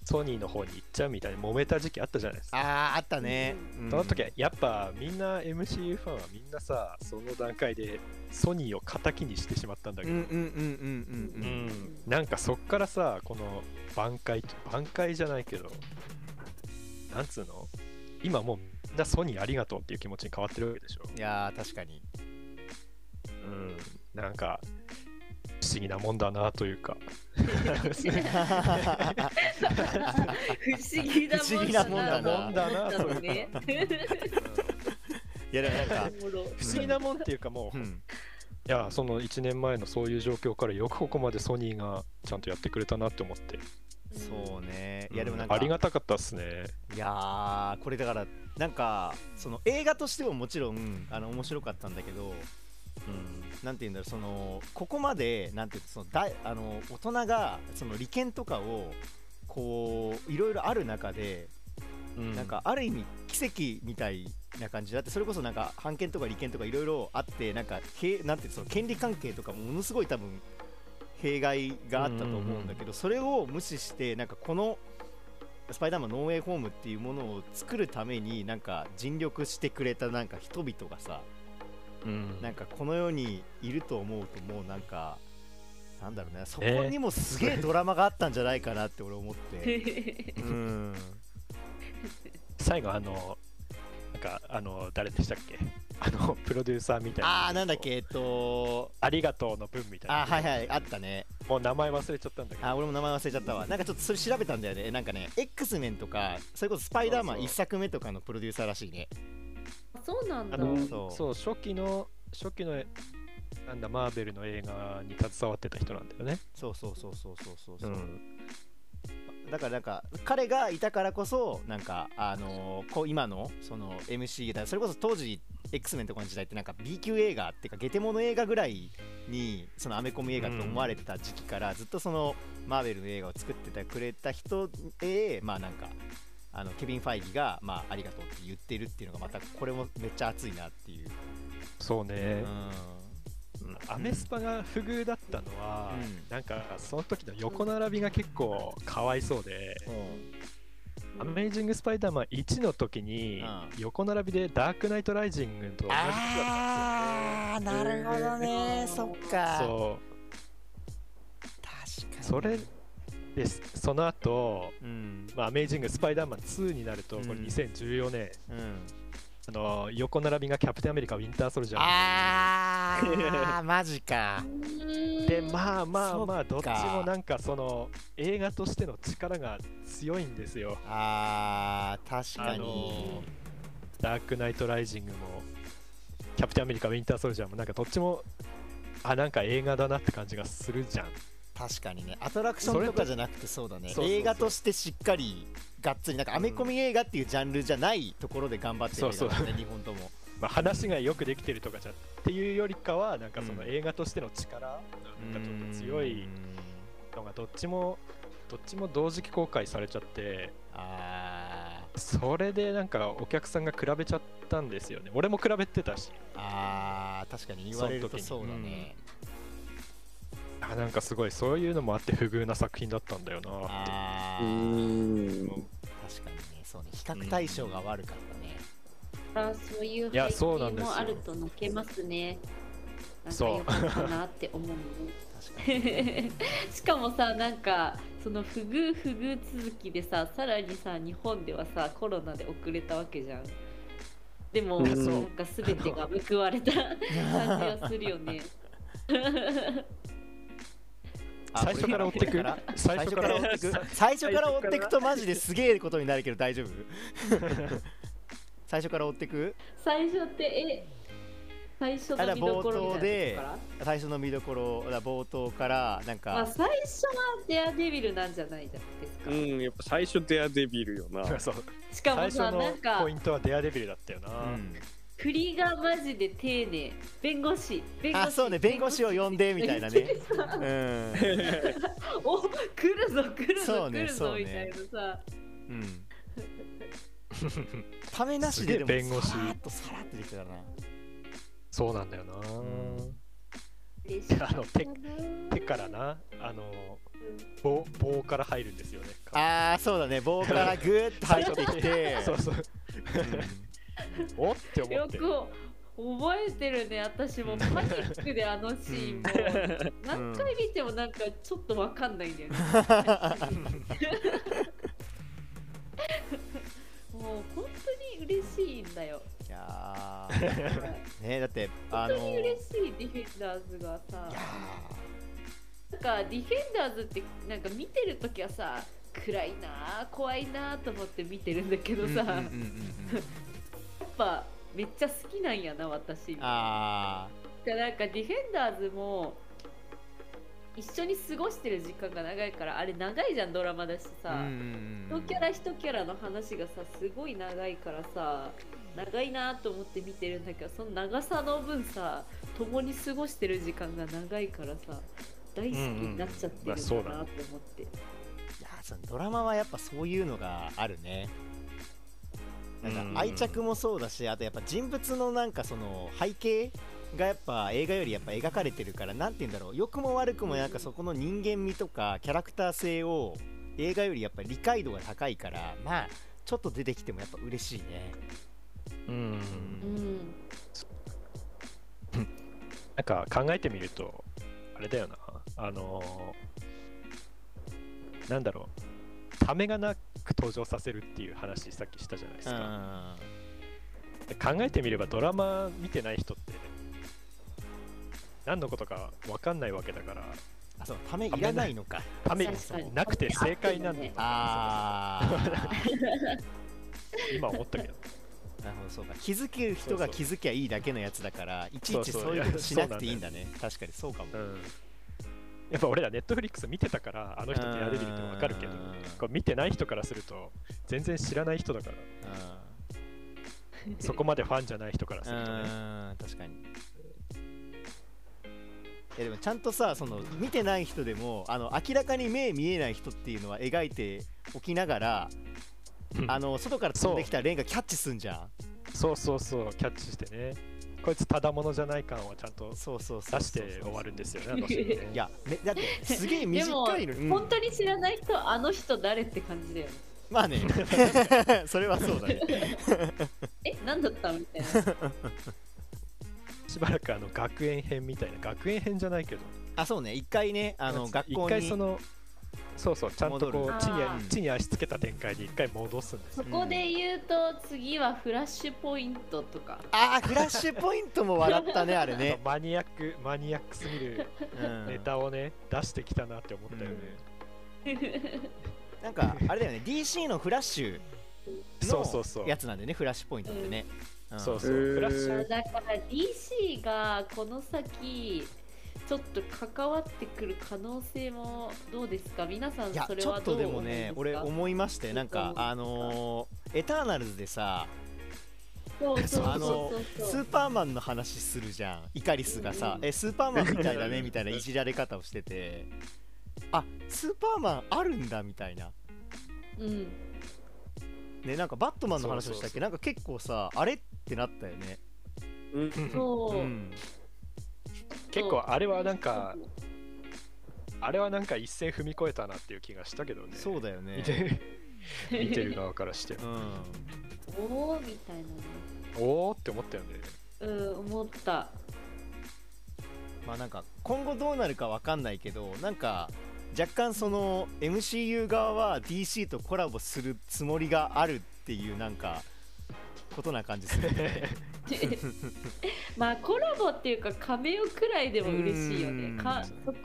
Speaker 2: ソニーの方に行っちゃうみたいに揉めた時期あったじゃないですか
Speaker 1: あーあったね、うん
Speaker 2: その時はやっぱみんな MCU ファンはみんなさその段階でソニーを敵にしてしまったんだ
Speaker 1: う
Speaker 2: け
Speaker 1: ん
Speaker 2: ど、
Speaker 1: うんうんうんうん
Speaker 2: う
Speaker 1: うんん
Speaker 2: なんかそっからさこの挽回挽回じゃないけどなんつうの今もうみんなソニーありがとうっていう気持ちに変わってるわけでしょ、
Speaker 1: いやー確かに
Speaker 2: うん、なんか不思議なもんだなというか
Speaker 3: 不思議な
Speaker 1: 不思議なもんだな
Speaker 2: もんだなというか、
Speaker 3: ね
Speaker 1: いやでもなんか
Speaker 3: おもろ
Speaker 2: 不思議なもんっていうかもう、
Speaker 1: う
Speaker 2: い
Speaker 1: ん
Speaker 2: やその1年前のそういう状況からよくここまでソニーがちゃんとやってくれたなって思って
Speaker 1: そうね
Speaker 2: い
Speaker 1: いやでもなん
Speaker 2: あ
Speaker 1: か
Speaker 2: りがたかったっすね。
Speaker 1: いやーこれだからなんかその映画としてももちろんあの面白かったんだけどなんて言うんだろうそのここまでなんていうのそのだあの大人がその利権とかをこういろいろある中で、
Speaker 2: うん
Speaker 1: なんかある意味奇跡みたいな感じだってそれこそなんか判権とか利権とかいろいろあってなんかけなんていうのその権利関係とかもものすごい多分弊害があったと思うんだけど、それを無視してなんかこのスパイダーマンノーウェイホームっていうものを作るためになんか尽力してくれたなんか人々がさ
Speaker 2: うん
Speaker 1: なんかこの世にいると思うともうなんかなんだろうねそこ
Speaker 2: えー
Speaker 1: にもすげえドラマがあったんじゃないかなって俺思っ て、う
Speaker 3: う
Speaker 1: ん
Speaker 2: 最後あのなんかあの誰でしたっけあのプロデューサーみたいな
Speaker 1: ああなんだっけえっと
Speaker 2: ありがとうの文みたいな
Speaker 1: あはいはいあったね
Speaker 2: もう名前忘れちゃったんだけど
Speaker 1: あ俺も名前忘れちゃったわなんかちょっとそれ調べたんだよねなんかね X メンとかそれこそスパイダーマン
Speaker 2: そうそう
Speaker 1: 1作目とかのプロデューサーらしいね
Speaker 3: そうなんだ
Speaker 2: あの
Speaker 1: そう
Speaker 2: そう初期の初期のなんだマーベルの映画に携わってた人なんだよね
Speaker 1: そうそうそうそうそうそうそう、だからなんか彼がいたからこそなんかあのーこう今のその MC だそれこそ当時 X メンとかの時代ってなんか B 級映画っていうかゲテモノ映画ぐらいにそのアメコミ映画と思われてた時期からずっとそのマーベルの映画を作っててくれた人へまあなんかあのケビン・ファイギーが、まあ、ありがとうって言ってるっていうのがまたこれもめっちゃ熱いなっていう、
Speaker 2: そうね
Speaker 1: う、ん
Speaker 2: うんアメスパが不遇だったのは、
Speaker 1: うん
Speaker 2: なんかその時の横並びが結構かわいそうで、アメイジング・スパイダーマン1の時
Speaker 1: う
Speaker 2: に横並びでダークナイト・ライジングと同じ日だったんですよね。
Speaker 1: あーなるほどね、そっか
Speaker 2: そそれですその後、
Speaker 1: うん
Speaker 2: まあアメイジング・スパイダーマン2になると、こ
Speaker 1: う
Speaker 2: れ
Speaker 1: ん
Speaker 2: 2014年、
Speaker 1: うん
Speaker 2: あの横並びがキャプテンアメリカ・ウィンター・ソルジャー
Speaker 1: あーマジか
Speaker 2: でまあまあまあ
Speaker 1: そ
Speaker 2: ど
Speaker 1: っ
Speaker 2: っち
Speaker 1: か
Speaker 2: もなんかその映画としての力が強いんですよ
Speaker 1: あー確
Speaker 2: あ
Speaker 1: かに
Speaker 2: のダークナイト・ライジングもキャプテンアメリカ・ウィンター・ソルジャーもなんかどっちもあなんか映画だなって感じがするじゃん
Speaker 1: 確かにねアトラクションとかじゃなくてそうだね
Speaker 2: それと
Speaker 1: 映画としてしっかりがっつりなんかアメコミ映画っていうジャンルじゃないところで頑張ってる映画だね日本とも
Speaker 2: まあ、話がよくできてるとかじゃっていうよりかはなんかその
Speaker 1: うん
Speaker 2: 映画としての力なんかちょっと強いのがどっちもどっちも同時期公開されちゃって
Speaker 1: あー
Speaker 2: それでなんかお客さんが比べちゃったんですよね俺も比べてたし
Speaker 1: あー確かに言われるとそうだね
Speaker 2: あなんかすごいそういうのもあって不遇な作品だったんだよなって
Speaker 1: あ
Speaker 4: う
Speaker 1: ー
Speaker 4: ーん
Speaker 1: 確かにねそうね比較対象が悪かったね
Speaker 3: あそういう
Speaker 2: いや
Speaker 3: 背
Speaker 2: そうな
Speaker 3: 景
Speaker 2: んですよ
Speaker 3: もあると抜けますね。
Speaker 2: そう
Speaker 3: なんか良かったなって思う の。
Speaker 1: 確かに
Speaker 3: しかもさなんかその不遇不遇続きでささらにさ日本ではさコロナで遅れたわけじゃんでも
Speaker 4: うん
Speaker 3: なんか全てが報われた感じがする よね
Speaker 1: あ
Speaker 2: 最初から追ってく
Speaker 1: 俺
Speaker 2: 最初から追ってく
Speaker 1: 最初から追ってくとマジですげえことになるけど大丈夫 最初から追ってく
Speaker 3: 最初ってえ最初の見どころみたいなとこから
Speaker 1: 最初の見どころだ冒頭からなん
Speaker 3: まあ
Speaker 1: か
Speaker 3: 最初はデアデビルなんじゃないですか、
Speaker 4: うんやっぱ最初デアデビルよ な
Speaker 2: そう
Speaker 3: し
Speaker 2: 最
Speaker 3: かも
Speaker 2: 初
Speaker 3: さなん
Speaker 2: の
Speaker 3: か
Speaker 2: ポイントはデアデビルだったよな、
Speaker 1: うん
Speaker 3: 振りがマジで丁寧弁護士弁護士
Speaker 1: あそうね弁護士を呼んでみたいな ね
Speaker 3: お来るぞ来る
Speaker 1: そ
Speaker 3: ぞ、
Speaker 1: うね
Speaker 3: 来る
Speaker 1: そ
Speaker 3: ぞ、
Speaker 1: うね
Speaker 3: みたいなさ
Speaker 1: うんうんためなしででも
Speaker 2: すげえ弁護士
Speaker 1: さらっとさらっとできたからな
Speaker 2: そうなんだよな、
Speaker 3: 嬉しい
Speaker 2: あの手手からなあの棒棒から入るんですよね
Speaker 1: あーそうだね棒からグーッと入ってきて
Speaker 2: そうそう
Speaker 1: う
Speaker 2: おって思
Speaker 3: よ
Speaker 2: って
Speaker 3: く覚えてるね私も
Speaker 1: うん
Speaker 3: パニックであのシーンも
Speaker 1: ん
Speaker 3: 何回見てもなんかちょっとわかんないんだよ ねもう本当に嬉しいんだ よ
Speaker 1: んいやーねだってあ
Speaker 3: 本当
Speaker 1: の
Speaker 3: に
Speaker 1: ー
Speaker 3: 嬉しいディフェンダーズがさなんかディフェンダーズってなんか見てる時はさ暗いなあ怖いなあと思って見てるんだけどさ、
Speaker 1: うんうんうん
Speaker 3: や
Speaker 1: う
Speaker 3: っ
Speaker 1: んうん
Speaker 3: ぱめっちゃ好きなんやな私
Speaker 1: あ
Speaker 3: でなんかディフェンダーズも一緒に過ごしてる時間が長いからあれ長いじゃんドラマだし
Speaker 1: あ
Speaker 3: さ、一キャラ一キャラの話がさすごい長いからさ長いなと思って見てるんだけどその長さの分さ共に過ごしてる時間が長いからさ大好きになっちゃってるんだなと
Speaker 2: うんうん
Speaker 3: 思
Speaker 2: まあ
Speaker 3: って、
Speaker 1: いやそのドラマはやっぱそういうのがあるねなんか愛着もそうだしあとやっぱ人物のなんかその背景がやっぱ映画よりやっぱ描かれてるからなんて言うんだろう良くも悪くもなんかそこの人間味とかキャラクター性を映画よりやっぱ理解度が高いからまあちょっと出てきてもやっぱ嬉しいね
Speaker 2: うん
Speaker 3: うん
Speaker 2: なんか考えてみるとあれだよなあのーなんだろうためがなく登場させるっていう話さっきしたじゃないですか、
Speaker 1: ん
Speaker 2: で考えてみればドラマ見てない人って何のことか分かんないわけだから
Speaker 1: あそうためいらないのか
Speaker 2: ため
Speaker 3: 確かに
Speaker 2: なくて正解なんだよ
Speaker 1: ああ
Speaker 2: 今思ったけど
Speaker 1: なるほどそうか気づける人が気づきゃいいだけのやつだからいちいち
Speaker 2: そうそう
Speaker 1: そういうことしなくて
Speaker 2: い
Speaker 1: い
Speaker 2: や
Speaker 1: いんだね確かにそうかも
Speaker 2: うんやっぱ俺らネットフリックス見てたからあの人デアデビルってわかるけど
Speaker 1: うん
Speaker 2: こう見てない人からすると全然知らない人だからそこまでファンじゃない人からす
Speaker 1: うん
Speaker 2: るとね
Speaker 1: うん確かにいやでもちゃんとさその見てない人でもあの明らかに目見えない人っていうのは描いておきながら
Speaker 2: うん
Speaker 1: あの外から飛んできたレンがキャッチすんじゃ
Speaker 2: そうそうそうキャッチしてねこいつただものじゃない感をちゃんと
Speaker 1: んそうそうそう
Speaker 2: 出して終わるんですよねあのシーンね
Speaker 1: いや、ね、だって すげえ
Speaker 3: でも
Speaker 1: 短いのに、うん
Speaker 3: 本当に知らない人あの人誰って感じだよね
Speaker 1: まあね それはそうだね
Speaker 3: え何だったのみたいな
Speaker 2: しばらくあの学園編みたいな学園編じゃないけど
Speaker 1: あそうね一回ねあの
Speaker 2: なんつ
Speaker 1: 学校
Speaker 2: 一回そ
Speaker 1: に
Speaker 2: のそうそうちゃんと
Speaker 1: 戻
Speaker 2: こ
Speaker 3: る
Speaker 2: う地に
Speaker 3: あ
Speaker 1: ー
Speaker 2: 地に足つけた展開に一回戻すんです
Speaker 3: そこで言うと、次はフラッシュポイントとか
Speaker 1: あーフラッシュポイントも笑ったねあれ
Speaker 2: ね
Speaker 1: ね、
Speaker 2: マニアックマニアックすぎる
Speaker 1: うん
Speaker 2: ネタをね、出してきたなって思ったよね、
Speaker 1: なんかあれだよね DC のフラッシ
Speaker 2: そうそうそ
Speaker 1: ュ
Speaker 2: う
Speaker 1: やつなんでねフラッシュポイントってね、ん
Speaker 2: そうそう、
Speaker 4: へー
Speaker 2: フラッシ
Speaker 4: う
Speaker 2: ュ
Speaker 4: ん
Speaker 3: あ だから DC がこの先ちょっと関わってくる可能性もどうですか皆さん
Speaker 1: いや
Speaker 3: それ
Speaker 1: ちょ
Speaker 3: は
Speaker 1: っ
Speaker 3: ど
Speaker 1: と
Speaker 3: う
Speaker 1: で
Speaker 3: 思
Speaker 1: も
Speaker 3: います
Speaker 1: ね
Speaker 3: か
Speaker 1: 俺思いましてなん
Speaker 3: どう
Speaker 1: か
Speaker 3: 思いますか
Speaker 1: あのーエターナルズでさ
Speaker 3: そうそ う
Speaker 1: あ
Speaker 3: そ
Speaker 1: の
Speaker 3: うそう
Speaker 1: スーパーマンの話するじゃんイカリスがさ
Speaker 3: う
Speaker 1: 「
Speaker 3: ん
Speaker 1: えスーパーマンみたいだね」みたいないじられ方をしててあスーパーマンあるんだみたいな
Speaker 3: うん
Speaker 1: ねなんかバットマンの話をしたっ
Speaker 2: そうそうそ
Speaker 1: け
Speaker 2: う
Speaker 1: なんか結構さあれってなったよね
Speaker 4: うん
Speaker 3: そう、
Speaker 1: うん
Speaker 2: 結構あれはなん かあれはなんか一線踏み越えたなっていう気がしたけどね
Speaker 1: そうだよね
Speaker 2: 見てる
Speaker 3: そう
Speaker 2: 見てる側からして
Speaker 1: うん
Speaker 3: おおみたいなね
Speaker 2: おおって思ったよね
Speaker 3: うん思った
Speaker 1: まあなんか今後どうなるかわかんないけどなんか若干その MCU 側は DC とコラボするつもりがあるっていうなんかことな感じするよね
Speaker 3: まあコラボっていうかカメオくらいでも嬉しいよ
Speaker 1: うん
Speaker 3: ねかそこは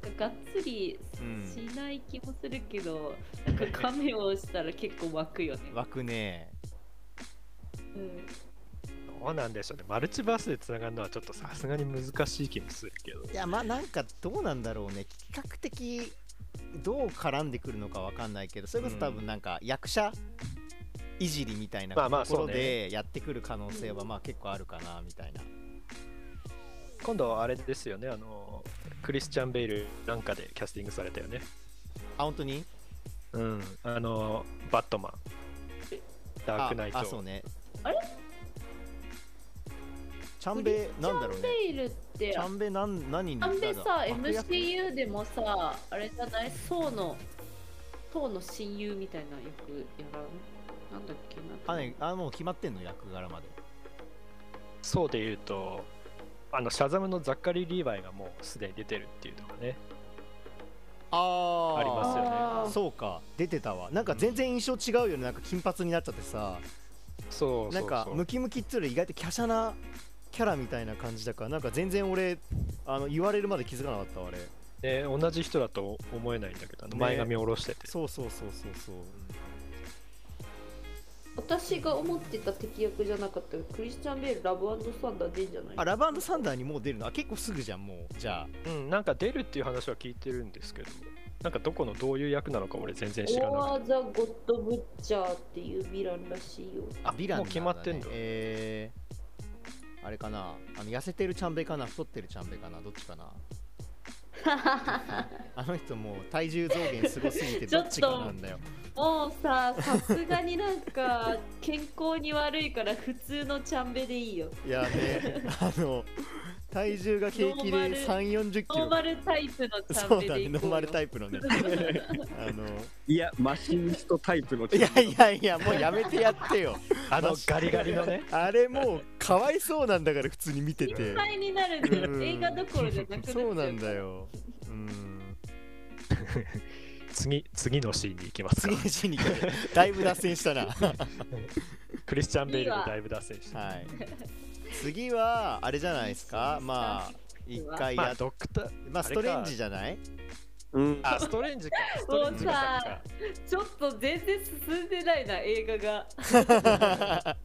Speaker 3: なんかがっつりしない気もするけど、なんかカメオをしたら結構湧くよね、
Speaker 1: 湧くね
Speaker 3: うん、
Speaker 2: どうなんでしょうねマルチバースでつながるのはちょっとさすがに難しい気もするけど
Speaker 1: いやまあなんかどうなんだろうね企画的どう絡んでくるのかわかんないけどそれこそ多分なんか役者いじりみたいな
Speaker 2: まあま
Speaker 1: とこ
Speaker 2: あそ
Speaker 1: ろ
Speaker 2: うね
Speaker 1: でやってくる可能性はまあ結構あるかなみたいな
Speaker 2: 今度はあれですよねあのクリスチャン・ベイルなんかでキャスティングされたよね
Speaker 1: あ本当に
Speaker 2: うんあのバットマン
Speaker 3: え
Speaker 2: ダー
Speaker 1: あ
Speaker 2: クナイト
Speaker 1: あそうね
Speaker 3: あれ
Speaker 1: チャンベなんだろうね
Speaker 3: ベイルって
Speaker 1: チャ
Speaker 3: アン
Speaker 1: ンベなん何に
Speaker 3: ベ
Speaker 1: 誰
Speaker 3: さ
Speaker 1: だ悪役
Speaker 3: MCU でもさあれじゃない宋の宋の親友みたいな役やらんなんだっけな
Speaker 1: あ、ね、あもう決まってんの役柄まで
Speaker 2: そうで言うとあのシャザムのザッカリー・リーバイがもうすでに出てるっていうのがね
Speaker 1: あ
Speaker 2: ありますよね
Speaker 3: あー
Speaker 1: そうか出てたわなんか全然印象違うよねなんか金髪になっちゃってさ
Speaker 2: そうそうそ
Speaker 1: な
Speaker 2: う
Speaker 1: んかムキムキっつうより意外と華奢なキャラみたいな感じだからなんか全然俺あの言われるまで気づかなかったわあれ
Speaker 2: ね、同じ人だと思えないんだけど、あの
Speaker 1: ね
Speaker 2: 前髪下ろしてて、
Speaker 1: そうそうそうそうそう
Speaker 3: 私が思ってた敵役じゃなかったよクリスチャン・ベールラブサンダーでんじゃない
Speaker 1: あラバーサンダーにもう出るのあ結構すぐじゃんもうじゃあ
Speaker 2: うん、なんか出るっていう話は聞いてるんですけどなんかどこのどういう役なのか俺全然知らな
Speaker 3: オ
Speaker 2: く
Speaker 3: ア・ザ・ゴッド・ブッチャーっていうヴィランらしいよ
Speaker 1: あヴィランなんだ、ね、
Speaker 2: もう決まってんの
Speaker 1: えー、あれかなあの痩せてるチャンベかな太ってるチャンベかなどっちか なあの人もう体重増減すごすぎて
Speaker 3: ち
Speaker 1: ど
Speaker 3: ょっと
Speaker 1: っちかなんだよ
Speaker 3: もうささすがになんか健康に悪いから普通のチャンベでい いよ
Speaker 1: いや ねあの体重が平気で
Speaker 3: ノーマル
Speaker 1: 3 4 0キ
Speaker 3: ノー
Speaker 1: ロ
Speaker 3: マルタイプのチャ
Speaker 1: そ
Speaker 3: ン
Speaker 1: う
Speaker 3: ベ
Speaker 1: だ
Speaker 3: で
Speaker 1: ね
Speaker 3: い
Speaker 1: ノ
Speaker 3: こ
Speaker 1: ー
Speaker 3: う
Speaker 1: マル
Speaker 3: よ
Speaker 1: タイプの ねあの
Speaker 4: いやマシニストタイプの
Speaker 1: いやいやいやもうやめてやってよ
Speaker 2: て、あのガリガリのね、
Speaker 1: あれもうかわいそうなんだから普通に見てて
Speaker 3: 心配になるんだ
Speaker 1: うん
Speaker 3: よ映画どころじゃなくなっちゃう
Speaker 1: そうなんだようん
Speaker 2: 次次のシーンに行きますか
Speaker 1: 次、のシーンに行こうだいぶ脱線したな
Speaker 2: クリスチャン・ベイルがだいぶ脱線して、
Speaker 1: はい次はあれじゃないですかまあ一回
Speaker 2: ま
Speaker 1: や
Speaker 2: あ、
Speaker 1: っ
Speaker 2: ドクター、
Speaker 1: まあ
Speaker 2: あ
Speaker 1: ス
Speaker 2: れ
Speaker 1: ト
Speaker 2: か
Speaker 1: レンジじゃない
Speaker 4: う ん
Speaker 2: あ、ストレンジか、ストレンジが先か、
Speaker 3: ちょっと全然進んでないな映画が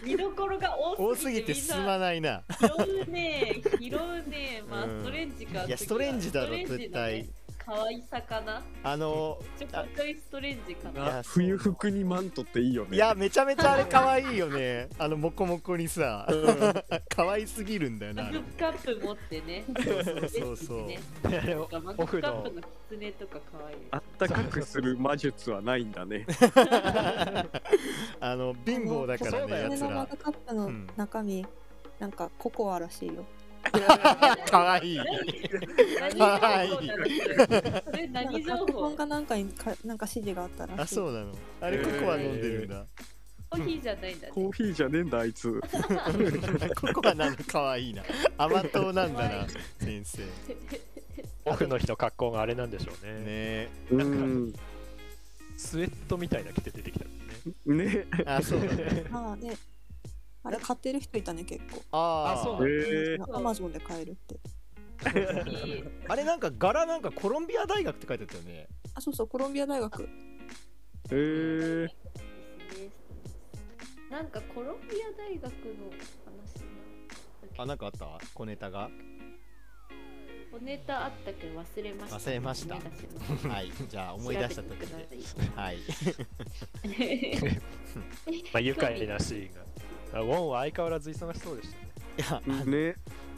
Speaker 3: 見どころが多
Speaker 1: 多
Speaker 3: す
Speaker 1: す
Speaker 3: ぎ
Speaker 1: ぎ
Speaker 3: て
Speaker 1: て
Speaker 3: みん
Speaker 1: 進
Speaker 3: な
Speaker 1: まないな
Speaker 3: 拾うね拾うねまあ、
Speaker 1: うん
Speaker 3: ストレンジか
Speaker 1: いやストレンジだろ
Speaker 3: ストレンジのね
Speaker 1: 絶
Speaker 3: 可愛さかな
Speaker 1: あ の
Speaker 3: ちょっとストレンジか
Speaker 1: いや
Speaker 3: な
Speaker 1: そう
Speaker 4: 冬服にマントっていいよね
Speaker 1: いやめちゃめちゃあれ可愛いよね あのモコモコにさ 可愛すぎるんだよなあ
Speaker 3: マグ
Speaker 1: れ
Speaker 3: カップ持ってね
Speaker 1: そうそうそうそう
Speaker 3: 嬉しいね
Speaker 2: あれを
Speaker 3: マ
Speaker 2: オ
Speaker 3: グ
Speaker 2: フ
Speaker 3: カッ
Speaker 2: の
Speaker 3: プのキツネとか可愛い
Speaker 4: あったかくする魔術はないん だね
Speaker 1: あの貧乏だから
Speaker 2: そうだ
Speaker 1: ね
Speaker 2: よ
Speaker 1: や
Speaker 5: 俺
Speaker 1: つ
Speaker 5: のマ
Speaker 1: ら
Speaker 5: グカップの中身、なんかココアらしいよ。
Speaker 1: 可 愛い
Speaker 3: 何情
Speaker 1: 可愛い
Speaker 3: 報なんだよそれ
Speaker 5: なんか
Speaker 3: 何情
Speaker 5: 脚
Speaker 3: 報
Speaker 5: 本かなんかにかなんか指示があったらしい。
Speaker 1: あそうなのあれココア飲んでるんだ
Speaker 3: コーヒーじゃないんだね。
Speaker 4: コーヒーじゃねえんだあ いつ
Speaker 1: ここはなんか可愛いな甘党なんだな先生
Speaker 2: 奥の人格好があれなんでしょうね
Speaker 1: ね
Speaker 4: うーん
Speaker 2: スウェットみたいな着て出てきたもんね
Speaker 4: ね
Speaker 1: あそうだね
Speaker 5: ああね。あれ買ってる人いたね結構。
Speaker 1: あ
Speaker 2: あそうなんだ
Speaker 4: え
Speaker 5: アマゾンで買えるって。
Speaker 3: コーヒー
Speaker 1: あれなんか柄なんかコロンビア大学って書いてあったよね
Speaker 5: あそうそうコロンビア大学。
Speaker 4: えー、
Speaker 3: なんかコロンビア大学の話
Speaker 1: あ
Speaker 3: な
Speaker 1: なんかあった小ネタが
Speaker 3: おネタあったけど忘れました
Speaker 1: 忘れました
Speaker 3: 思い出
Speaker 1: はいじゃあ思い出した時
Speaker 3: 調べ
Speaker 1: で
Speaker 3: てく
Speaker 1: はい
Speaker 3: せない
Speaker 2: まあ愉快なシーンがあウォンは相変わらず忙しそうでしたね
Speaker 1: いや
Speaker 4: ね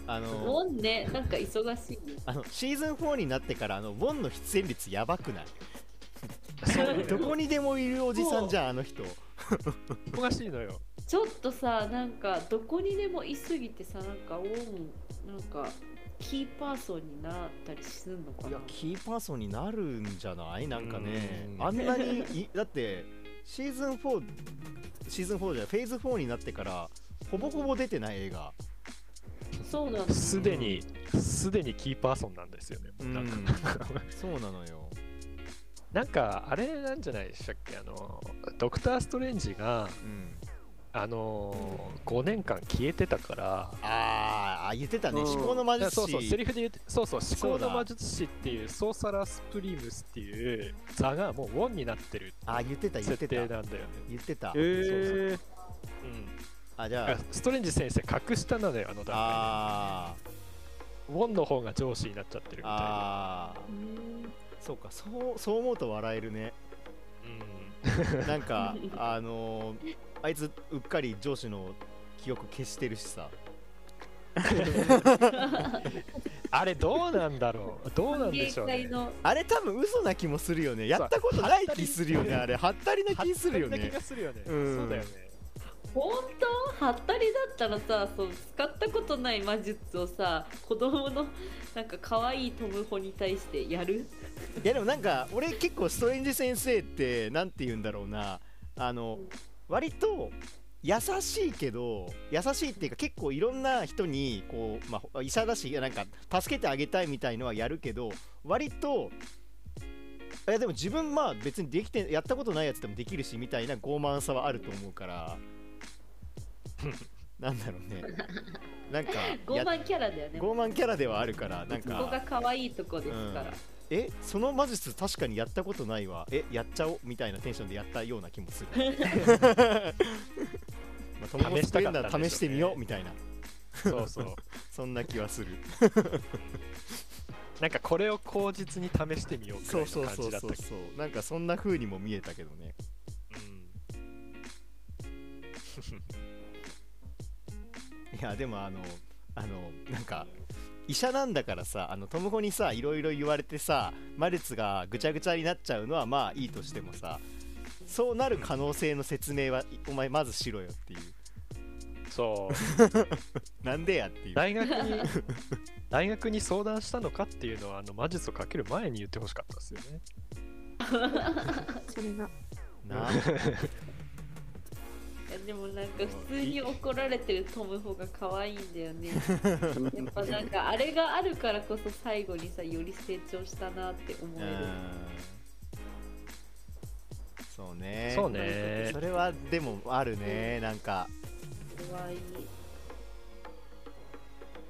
Speaker 1: あ の
Speaker 3: もんねなんか忙しいね
Speaker 1: あのシーズン4になってからあのウォンの出演率やばくない
Speaker 2: そう
Speaker 1: どこにでもいるおじさんじゃんあの人
Speaker 2: 忙しいのよ
Speaker 3: ちょっとさなんかどこにでもいすぎてさなんかオンなんかキーパーソンになったりするのか
Speaker 1: い
Speaker 3: な
Speaker 1: やキーパーソンになるんじゃないなんかね
Speaker 2: うん
Speaker 1: あんなにい だってシーズン4シーズン4じゃないフェーズ4になってからほぼほぼ出てない映画
Speaker 3: そうなんだ
Speaker 2: すでにすでにキーパーソンなんですよねなんか
Speaker 1: そうなのよ
Speaker 2: なんかあれなんじゃないでしたっけあのドクター・ストレンジが
Speaker 1: うん
Speaker 2: あの5年間消えてたから
Speaker 1: あーあ言ってたね
Speaker 4: うん
Speaker 1: 至高の魔
Speaker 2: いや
Speaker 1: 術
Speaker 2: そうそうセ
Speaker 1: 師
Speaker 2: リフで言ってそうそう
Speaker 1: そうだ
Speaker 2: 思考の魔術師っていうソーサラースプリームスっていう座がもうウォンになってる
Speaker 1: あー言ってた言っ
Speaker 2: 設
Speaker 1: て
Speaker 2: 定なん
Speaker 1: た
Speaker 2: だよね、
Speaker 1: 言ってた
Speaker 4: えー、
Speaker 2: うん、
Speaker 1: あじ
Speaker 2: だ
Speaker 1: ゃ
Speaker 2: からストレンジ先生格下なのよあの
Speaker 1: あ
Speaker 2: 段
Speaker 1: あ
Speaker 2: 階でウォンの方が上司になっちゃって
Speaker 1: ー
Speaker 2: るみたいな
Speaker 1: あーそうかそうそう思うと笑えるね
Speaker 2: うん
Speaker 1: なんかあのーあいつうっかり上司の記憶消してるしさ
Speaker 2: あれどうなんだろ うどうなんでしょう
Speaker 3: 芸
Speaker 2: ね
Speaker 3: 会の
Speaker 1: あれ多分嘘な気もするよねやったことない気するよね
Speaker 2: そう
Speaker 1: あれはったりな気するよ
Speaker 2: はったりな
Speaker 1: ね
Speaker 2: 気がするよね、
Speaker 1: うん
Speaker 2: そうだよね
Speaker 3: 本当ハッタリだったらさそう使ったことない魔術をさ子供のなんか可愛いトムホに対してやる
Speaker 1: いやでもなんか俺結構ストレンジ先生ってなんて言うんだろうなあの
Speaker 3: うん
Speaker 1: 割と優しいけど優しいっていうか結構いろんな人にこう、まあ、医者だしなんか助けてあげたいみたいのはやるけど割といやでも自分まあ別にできてやったことないやつでもできるしみたいな傲慢さはあると思うから なんだろうねなんか
Speaker 3: 傲
Speaker 1: や
Speaker 3: 慢キャラだよね
Speaker 1: 傲慢キャラではあるからなん
Speaker 3: ここが
Speaker 1: か
Speaker 3: 可愛いとこですから、
Speaker 1: えその魔術確かにやったことないわえやっちゃおうみたいなテンションでやったような気もするまあ、トムホ
Speaker 2: 試
Speaker 1: ス
Speaker 2: し
Speaker 1: ペ
Speaker 2: た
Speaker 1: ン
Speaker 2: かっ
Speaker 1: ダ
Speaker 2: たんでしょうね
Speaker 1: ー試してみようみたいな
Speaker 2: そうそう
Speaker 1: そんな気はする
Speaker 2: なんかこれを口実に試してみようく
Speaker 1: そ
Speaker 2: ら
Speaker 1: う
Speaker 2: い
Speaker 1: そ
Speaker 2: の
Speaker 1: う
Speaker 2: 感
Speaker 1: そう
Speaker 2: じだった
Speaker 1: そう
Speaker 2: けど
Speaker 1: そうなんかそんな風にも見えたけどね
Speaker 2: うん
Speaker 1: いやでもあのあのなんか医者なんだからさあのトムホにさいろいろ言われてさ魔術がぐちゃぐちゃになっちゃうのはまあいいとしてもさそうなる可能性の説明はお前まずしろよっていう
Speaker 2: そう
Speaker 1: なんでやっていう
Speaker 2: 大学に大学に相談したのかっていうのはあの魔術をかける前に言ってほしかったですよね。
Speaker 5: それが。
Speaker 1: な
Speaker 3: いやでもなんか普通に怒られてるトムホが可愛いんだ よねやっぱなんかあれがあるからこそ最後にさより成長したなって思
Speaker 1: う
Speaker 3: える
Speaker 1: んそうね
Speaker 2: そうね
Speaker 1: そ。れはでもあるねなんか
Speaker 3: 可愛い
Speaker 2: い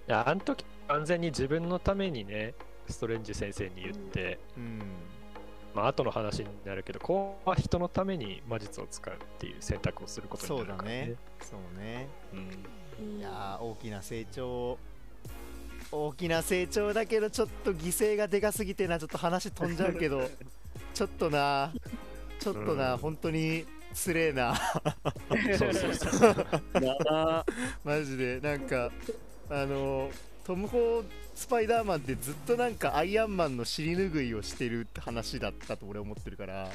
Speaker 2: やあの時完全に自分のためにねストレンジ先生に言って、
Speaker 1: うん
Speaker 2: まあ後の話になるけどこうは人のために魔術を使うっていう選択をすることになるからね。
Speaker 1: そうね
Speaker 2: うん
Speaker 3: うん
Speaker 1: いやー大きな成長大きな成長だけどちょっと犠牲がでかすぎてなちょっと話飛んじゃうけ どちょっとなちょっとな、
Speaker 2: うん
Speaker 1: 本当につれえな
Speaker 2: そうそうそう。
Speaker 4: な
Speaker 1: マジでなんかあのトム・ホースパイダーマンってずっとなんかアイアンマンの尻拭いをしてるって話だったと俺思ってるから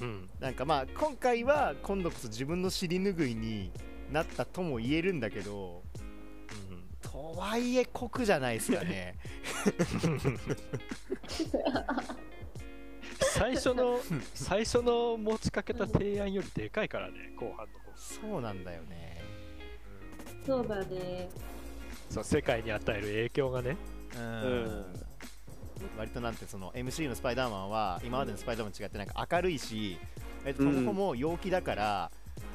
Speaker 2: うん、
Speaker 1: なんかまあ今回は今度こそ自分の尻拭いになったとも言えるんだけどとはいえ酷じゃないですかね
Speaker 2: うん最初の最初の持ちかけた提案よりでかいからね後半の方
Speaker 1: そうなんだよね
Speaker 3: そうだね。
Speaker 2: そう世界に与える影響がね
Speaker 1: うん
Speaker 4: う、ん
Speaker 1: 割となんてその MC のスパイダーマンは今までのスパイダーマンと違ってなんか明るいし、えっと、そもそも陽気だから、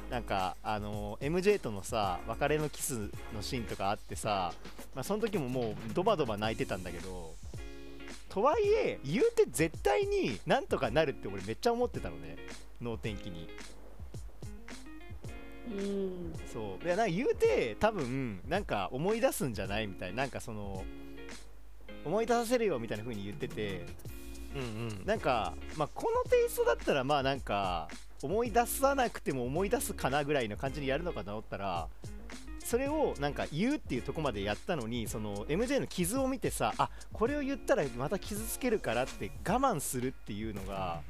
Speaker 1: なんかあの MJ とのさ別れのキスのシーンとかあってさ、まあ、その時ももうドバドバ泣いてたんだけどとはいえ言うて絶対になんとかなるって俺めっちゃ思ってたのね能天気に
Speaker 3: うん。
Speaker 1: そういやなんか言うて多分なんか思い出すんじゃないみたいななんかその思い出させるよみたいな風に言ってて
Speaker 2: うんうん
Speaker 1: なんか、まあ、このテイストだったらまあなんか思い出さなくても思い出すかなぐらいの感じにやるのかと思ったらそれをなんか言うっていうとこまでやったのにその MJ の傷を見てさあこれを言ったらまた傷つけるからって我慢するっていうのが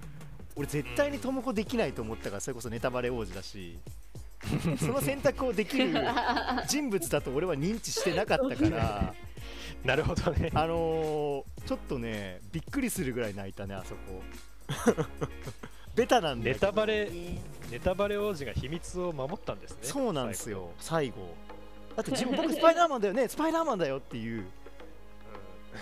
Speaker 1: 俺絶対にトモコできないと思ったからそれこそネタバレ王子だ しその選択をできる人物だと俺は認知してなかったから。
Speaker 2: なるほどね
Speaker 1: あのー、ちょっとね、びっくりするぐらい泣いたね、あそこ。 ベタなんで。
Speaker 2: ネタバレ
Speaker 3: ね
Speaker 2: ネタバレ王子が秘密を守ったんですね
Speaker 1: そうなんですよ、最後。だって自 分、僕、スパイダーマンだよね、スパイダーマンだよっていう、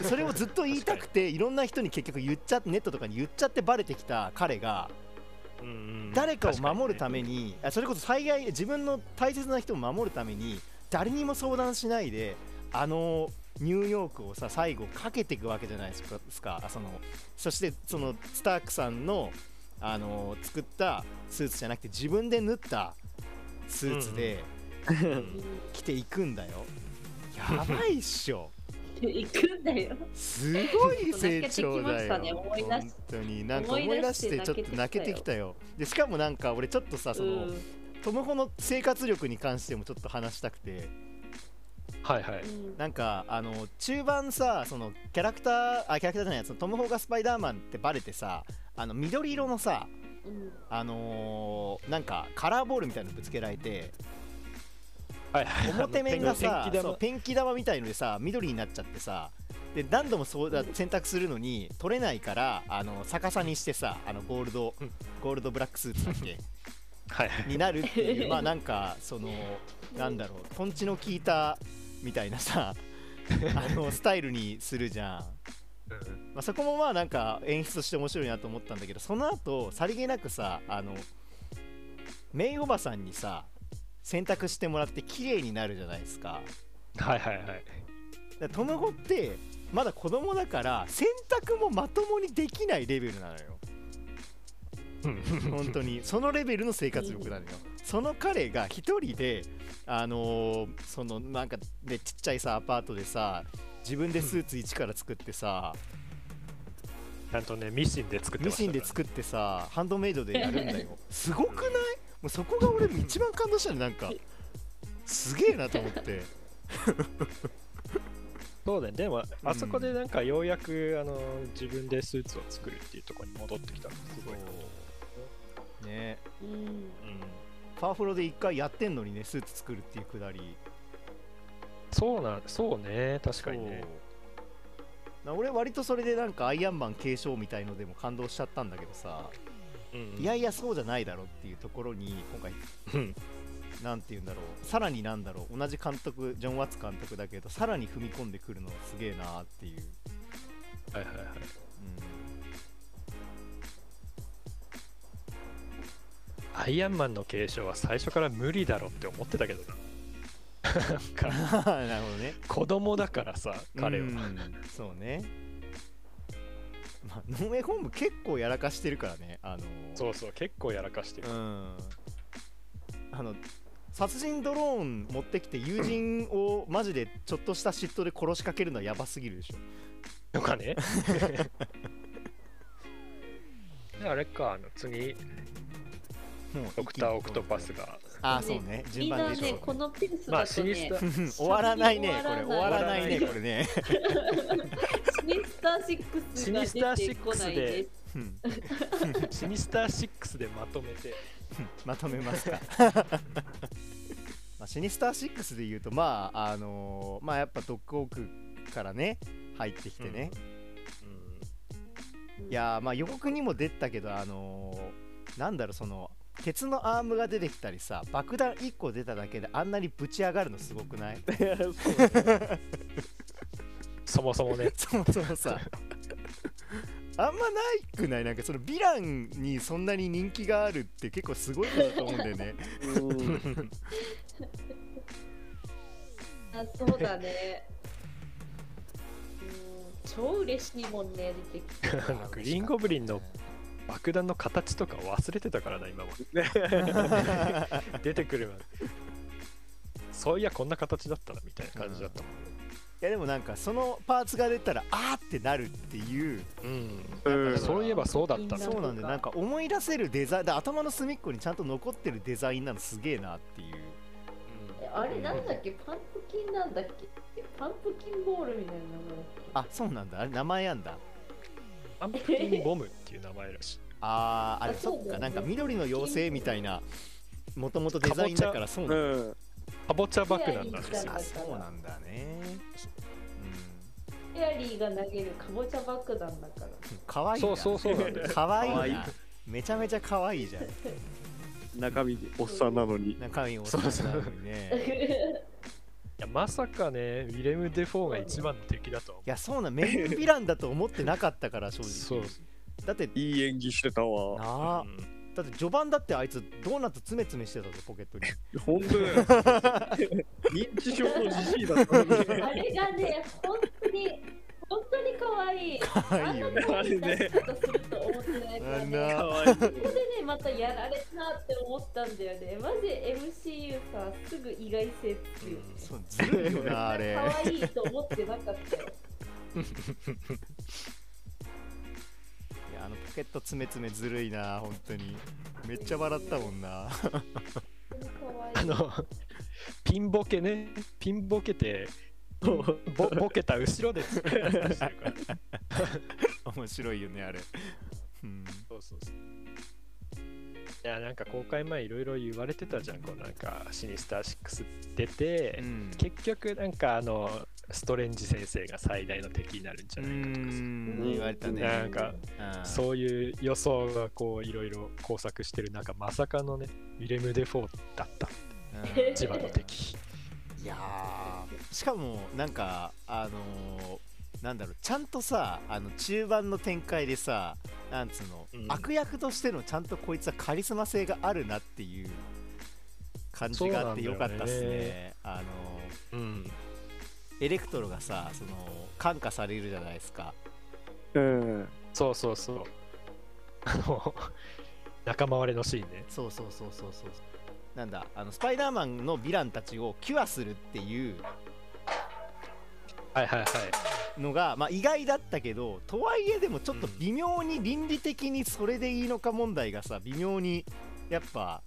Speaker 1: それをずっと言いたくて、いろんな人に結局言っちゃって、ネットとかに言っちゃってバレてきた彼が、
Speaker 2: 最後うんうん
Speaker 1: 誰かを守るため
Speaker 2: に
Speaker 1: に、あそれこそ災害、自分の大切な人を守るために、誰にも相談しないで、あのニューヨークをさ最後かけていくわけじゃないですか、あそのそしてそのスタークさんの、あの作ったスーツじゃなくて、自分で縫ったスーツで着ていくんだよ。やばいっしょ。
Speaker 3: 行くんだよ。
Speaker 1: すごい成長だよ。
Speaker 3: 泣けてきましたね思い出し
Speaker 1: 本当になんか思い出してちょっと泣けてきたよ。でしかもなんか俺ちょっとさその、
Speaker 3: うん
Speaker 1: トムホの生活力に関してもちょっと話したくて
Speaker 2: はいはい
Speaker 1: なんかあの中盤さそのキャラクターあキャラクターじゃないそのトムホがスパイダーマンってバレてさあの緑色のさ
Speaker 3: うん
Speaker 1: あのーなんかカラーボールみたいなのぶつけられて
Speaker 2: はいはい
Speaker 1: 表面が
Speaker 2: ペ
Speaker 1: さ
Speaker 2: ンキ玉
Speaker 1: そうペンキ玉みたいのでさ緑になっちゃってさで何度もそうだ選択するのに取れないからあの逆さにしてさあのゴールド
Speaker 2: うん
Speaker 1: ゴールドブラックスーツだっけ
Speaker 2: はいはい
Speaker 1: になるっていうまあなんかそのなんだろうとんちの効いたみたいな さあのスタイルにするじゃん、
Speaker 2: うん
Speaker 1: まあ、そこもまあなんか演出として面白いなと思ったんだけどその後さりげなくさあのメイおばさんにさ洗濯してもらって綺麗になるじゃないですか
Speaker 2: はいはいはい
Speaker 1: だからトムホってまだ子供だから洗濯もまともにできないレベルなのよ
Speaker 2: うん
Speaker 1: 本当にそのレベルの生活力なのよその彼が一人であのーそのなんかねちっちゃいさアパートでさ自分でスーツ一から作ってさ
Speaker 2: ちゃんとねミシンで作って
Speaker 1: ミ
Speaker 2: ました
Speaker 1: シンで作ってさハンドメイドでやるんだよすごくないもうそこが俺一番感動したねなんかすげえなと思って
Speaker 2: そうだね、でも、
Speaker 1: ん
Speaker 2: あそこでなんかようやく、あの自分でスーツを作るっていうところに戻ってきたのすごいな。
Speaker 1: ね
Speaker 3: うん
Speaker 2: うん、
Speaker 1: パワフロで一回やってんのにねスーツ作るっていうくだり
Speaker 2: そうなん、そうね、確かにね。
Speaker 1: そうな俺割とそれでなんかアイアンマン継承みたいのでも感動しちゃったんだけどさ、
Speaker 2: うん
Speaker 1: いやいやそうじゃないだろっていうところに今回
Speaker 2: うん
Speaker 1: なんて言うんだろうさらになんだろう同じ監督ジョン・ワッツ監督だけどさらに踏み込んでくるのすげえなーっていう、
Speaker 2: はいはいはい。 アイアンマンの継承は最初から無理だろって思ってたけどな。なん
Speaker 1: うん、
Speaker 2: か、
Speaker 1: なるほどね
Speaker 2: 子供だからさ、彼は
Speaker 1: う。んそうねまあノーウェイホーム結構やらかしてるからねあのー
Speaker 2: そうそう、結構やらかしてる
Speaker 1: う。んあの殺人ドローン持ってきて友人をマジでちょっとした嫉妬で殺しかけるのはやばすぎるでしょ
Speaker 2: とか ね。であれか、あの次、
Speaker 1: もう
Speaker 2: ドクター・オクトパス
Speaker 1: が
Speaker 2: が。
Speaker 1: ああそうね順番でし
Speaker 3: みんな
Speaker 1: ょ
Speaker 3: ね、このペース
Speaker 2: ま
Speaker 3: だ
Speaker 2: あ、
Speaker 3: と
Speaker 2: シニス
Speaker 3: ね
Speaker 2: タ、、
Speaker 1: うん終わらないねこ
Speaker 3: 終
Speaker 1: れ
Speaker 3: わらない
Speaker 1: 終わらないね
Speaker 2: 終
Speaker 1: こ
Speaker 2: わらない
Speaker 1: れね
Speaker 3: シニスター6が出てこないです。
Speaker 1: うん
Speaker 2: シニスター6でまとめて。
Speaker 1: まとめますか まあシニスター6で言うとまああのーまあやっぱドックオークからね入ってきてね、
Speaker 2: うん
Speaker 1: いやーまあ予告にも出たけどあのーなんだろうその鉄のアームが出てきたりさ爆弾1個出ただけであんなにぶち上がるのすごくない
Speaker 2: そもそもね
Speaker 1: そもそもさあんまないくないなんかそのヴィランにそんなに人気があるって結構すごいことだと思うんだ よね
Speaker 4: うん
Speaker 3: あそうだねうん超嬉しいもんね出てきて
Speaker 2: あ のグリーンゴブリンの爆弾の形とか忘れてたからな今も 出てくるまでそういやこんな形だったなみたいな感じだったもん
Speaker 1: いやでもなんかそのパーツが出たらあーってなるっていう
Speaker 2: うん、
Speaker 4: うん
Speaker 2: そういえばそうだったな
Speaker 3: なる
Speaker 1: そ
Speaker 3: ほど
Speaker 1: うなんでなんか思い出せるデザインで頭の隅っこにちゃんと残ってるデザインなのすげえなっていう
Speaker 3: えあれなんだっけパンプキンなんだっけパンプキンボールみたいな名前だっけ
Speaker 1: あそうなんだあれ名前あんだ
Speaker 2: アンプキンボムっていう名前らしい
Speaker 1: あーあれ
Speaker 3: あ
Speaker 1: そ
Speaker 3: そ
Speaker 1: っ
Speaker 3: うだよ
Speaker 1: か
Speaker 3: ね
Speaker 1: なんか緑の妖精みたいなもともとデザインだからそうなんだ
Speaker 4: うん
Speaker 2: かぼちゃ爆弾なんです
Speaker 3: か
Speaker 2: よ
Speaker 1: あ
Speaker 3: ぼちゃ
Speaker 1: そうなんだね
Speaker 3: フェアリーが投げるかぼちゃ爆弾 だか
Speaker 1: う
Speaker 3: ら
Speaker 1: んかわいい
Speaker 2: そうそうそうなんだ よ
Speaker 1: かわいい
Speaker 4: かわいい
Speaker 1: なめちゃめちゃかわいいじゃん
Speaker 4: 中身おっさんなのに
Speaker 1: 中身おっさんなのにね
Speaker 2: いやまさかねウィレム・デフォーが一番の敵だとは思
Speaker 1: いやそうなんメインヴィランだと思ってなかったから正
Speaker 2: う
Speaker 1: 直
Speaker 2: そう
Speaker 1: だって
Speaker 4: いい演技してたわ
Speaker 1: なあ
Speaker 2: うん
Speaker 1: だって序盤だってあいつドーナツ詰め詰めしてたぞポケッ トに
Speaker 4: 本当だよ認知症のじじいだったの に
Speaker 3: あれがね本当に本当に可愛い
Speaker 1: かわいいよね
Speaker 3: あんなに可愛い姿すると思ってないから
Speaker 1: あ
Speaker 3: ね
Speaker 1: んな
Speaker 3: ここでねまたやられたなって思ったんだよねマジ MCU さすぐ意外性強い、
Speaker 1: そうずるいよなあれ
Speaker 3: 可愛いと思ってなかったよ
Speaker 1: いやあのポケット詰め詰めずるいな本当にめっちゃ笑ったもんな
Speaker 3: 本当に可
Speaker 2: あ
Speaker 3: 愛い
Speaker 2: のピンボケねピンボケてボボケた後ろで突っ込んだりしてるから
Speaker 1: 面白いよねあれうん
Speaker 2: そうそうそういやなんか公開前いろいろ言われてたじゃんこうなんかシニスター6出て、
Speaker 1: うん
Speaker 2: 結局なんかあのストレンジ先生が最大の敵になるんじ
Speaker 1: う
Speaker 2: ゃないかとかさ
Speaker 1: ん言われたね
Speaker 2: なんか
Speaker 1: うん
Speaker 2: そういう予想がこういろいろ工作してる中まさかのねウィレム・デ・フォーだった
Speaker 1: うん
Speaker 2: 一番の敵
Speaker 1: いやーしかもなんかあのーなんだろうちゃんとさあの中盤の展開でさなんつうの、
Speaker 2: うん
Speaker 1: 悪役としてのちゃんとこいつはカリスマ性があるなっていう感じがあって
Speaker 2: そ
Speaker 1: よ
Speaker 2: う
Speaker 1: か
Speaker 2: な
Speaker 1: っ
Speaker 2: んだよね
Speaker 1: たっすねあの
Speaker 2: うん
Speaker 1: ーエレクトロがさその感化されるじゃないですか
Speaker 4: うん
Speaker 2: そうそうそうあの 仲間割れのシーンね
Speaker 1: そうそうそうそうそうなんだあのスパイダーマンのヴィランたちをキュアするっていう
Speaker 2: はいはいはい
Speaker 1: のが、まあ、意外だったけどとはいえでもちょっと
Speaker 2: うん
Speaker 1: 微妙に倫理的にそれでいいのか問題がさ微妙にやっぱ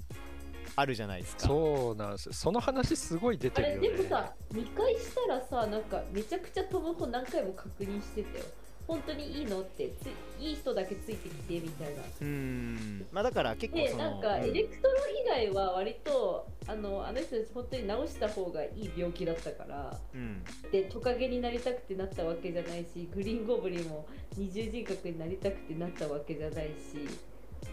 Speaker 1: あるじゃないですか
Speaker 2: そうなんですよその話すごい出
Speaker 3: あ
Speaker 2: てる
Speaker 3: れ
Speaker 2: よ
Speaker 3: で
Speaker 2: ね
Speaker 3: もさ2回したらさなんかめちゃくちゃトムホ何回も確認してたよ本当にいいのってついい人だけついてきてみたいな
Speaker 1: うーんまあだから結構
Speaker 3: で
Speaker 1: その
Speaker 3: なんか
Speaker 1: うん
Speaker 3: エレクトロ以外は割とあのあの人たち本当に治した方がいい病気だったから
Speaker 1: うん
Speaker 3: でトカゲになりたくてなったわけじゃないしグリーンゴブリンも二重人格になりたくてなったわけじゃないし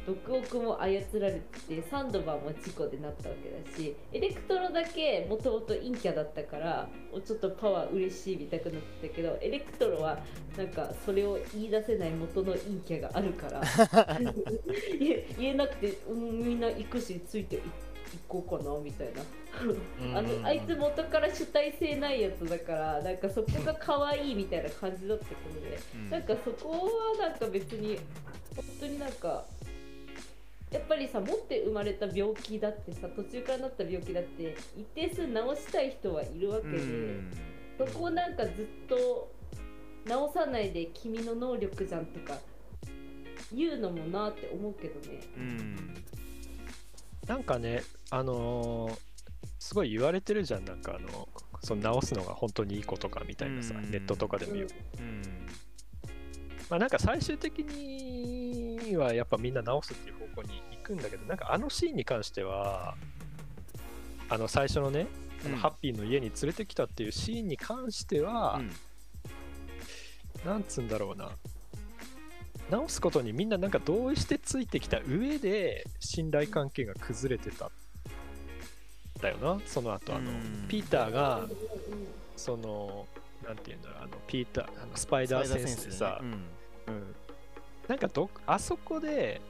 Speaker 3: 毒オクも操られててサンドバーも事故でなったわけだしエレクトロだけもともと陰キャだったからおちょっとパワー嬉しいみたくなってたけどエレクトロはなんかそれを言い出せない元の陰キャがあるから言え言えなくて、うん、みんな行くしついてい行こうかなみたいな。あのあいつ元から主体性ないやつだからなんかそこが可愛いみたいな感じだったけどね
Speaker 1: うん
Speaker 3: なんかそこはなんか別に本当になんかやっぱりさ持って生まれた病気だってさ途中からなった病気だって一定数治したい人はいるわけ
Speaker 1: う
Speaker 3: で、
Speaker 1: ん
Speaker 3: そこをなんかずっと治さないで君の能力じゃんとか言うのもなって思うけどね。
Speaker 1: うん
Speaker 2: なんかね、あのーすごい言われてるじゃん、なんかあの、その直すのが本当にいいことかみたいなさ、
Speaker 1: うん
Speaker 2: ネットとかでもよく。
Speaker 1: うん
Speaker 2: まあなんか最終的にはやっぱみんな直すっていう方向に行くんだけど、なんかあのシーンに関しては、あの最初のね、あのハッピーの家に連れてきたっていうシーンに関しては、
Speaker 1: うん
Speaker 2: なんつうんだろうな。直すことにみんななんか同意してついてきた上で信頼関係が崩れてたんだよなその後あの
Speaker 1: うん
Speaker 2: ピーターが
Speaker 3: うんうん
Speaker 2: そのなんていうんだろうあのピーターあのスパイダーセンスでさ、
Speaker 1: ね
Speaker 2: うんなんかどあそこで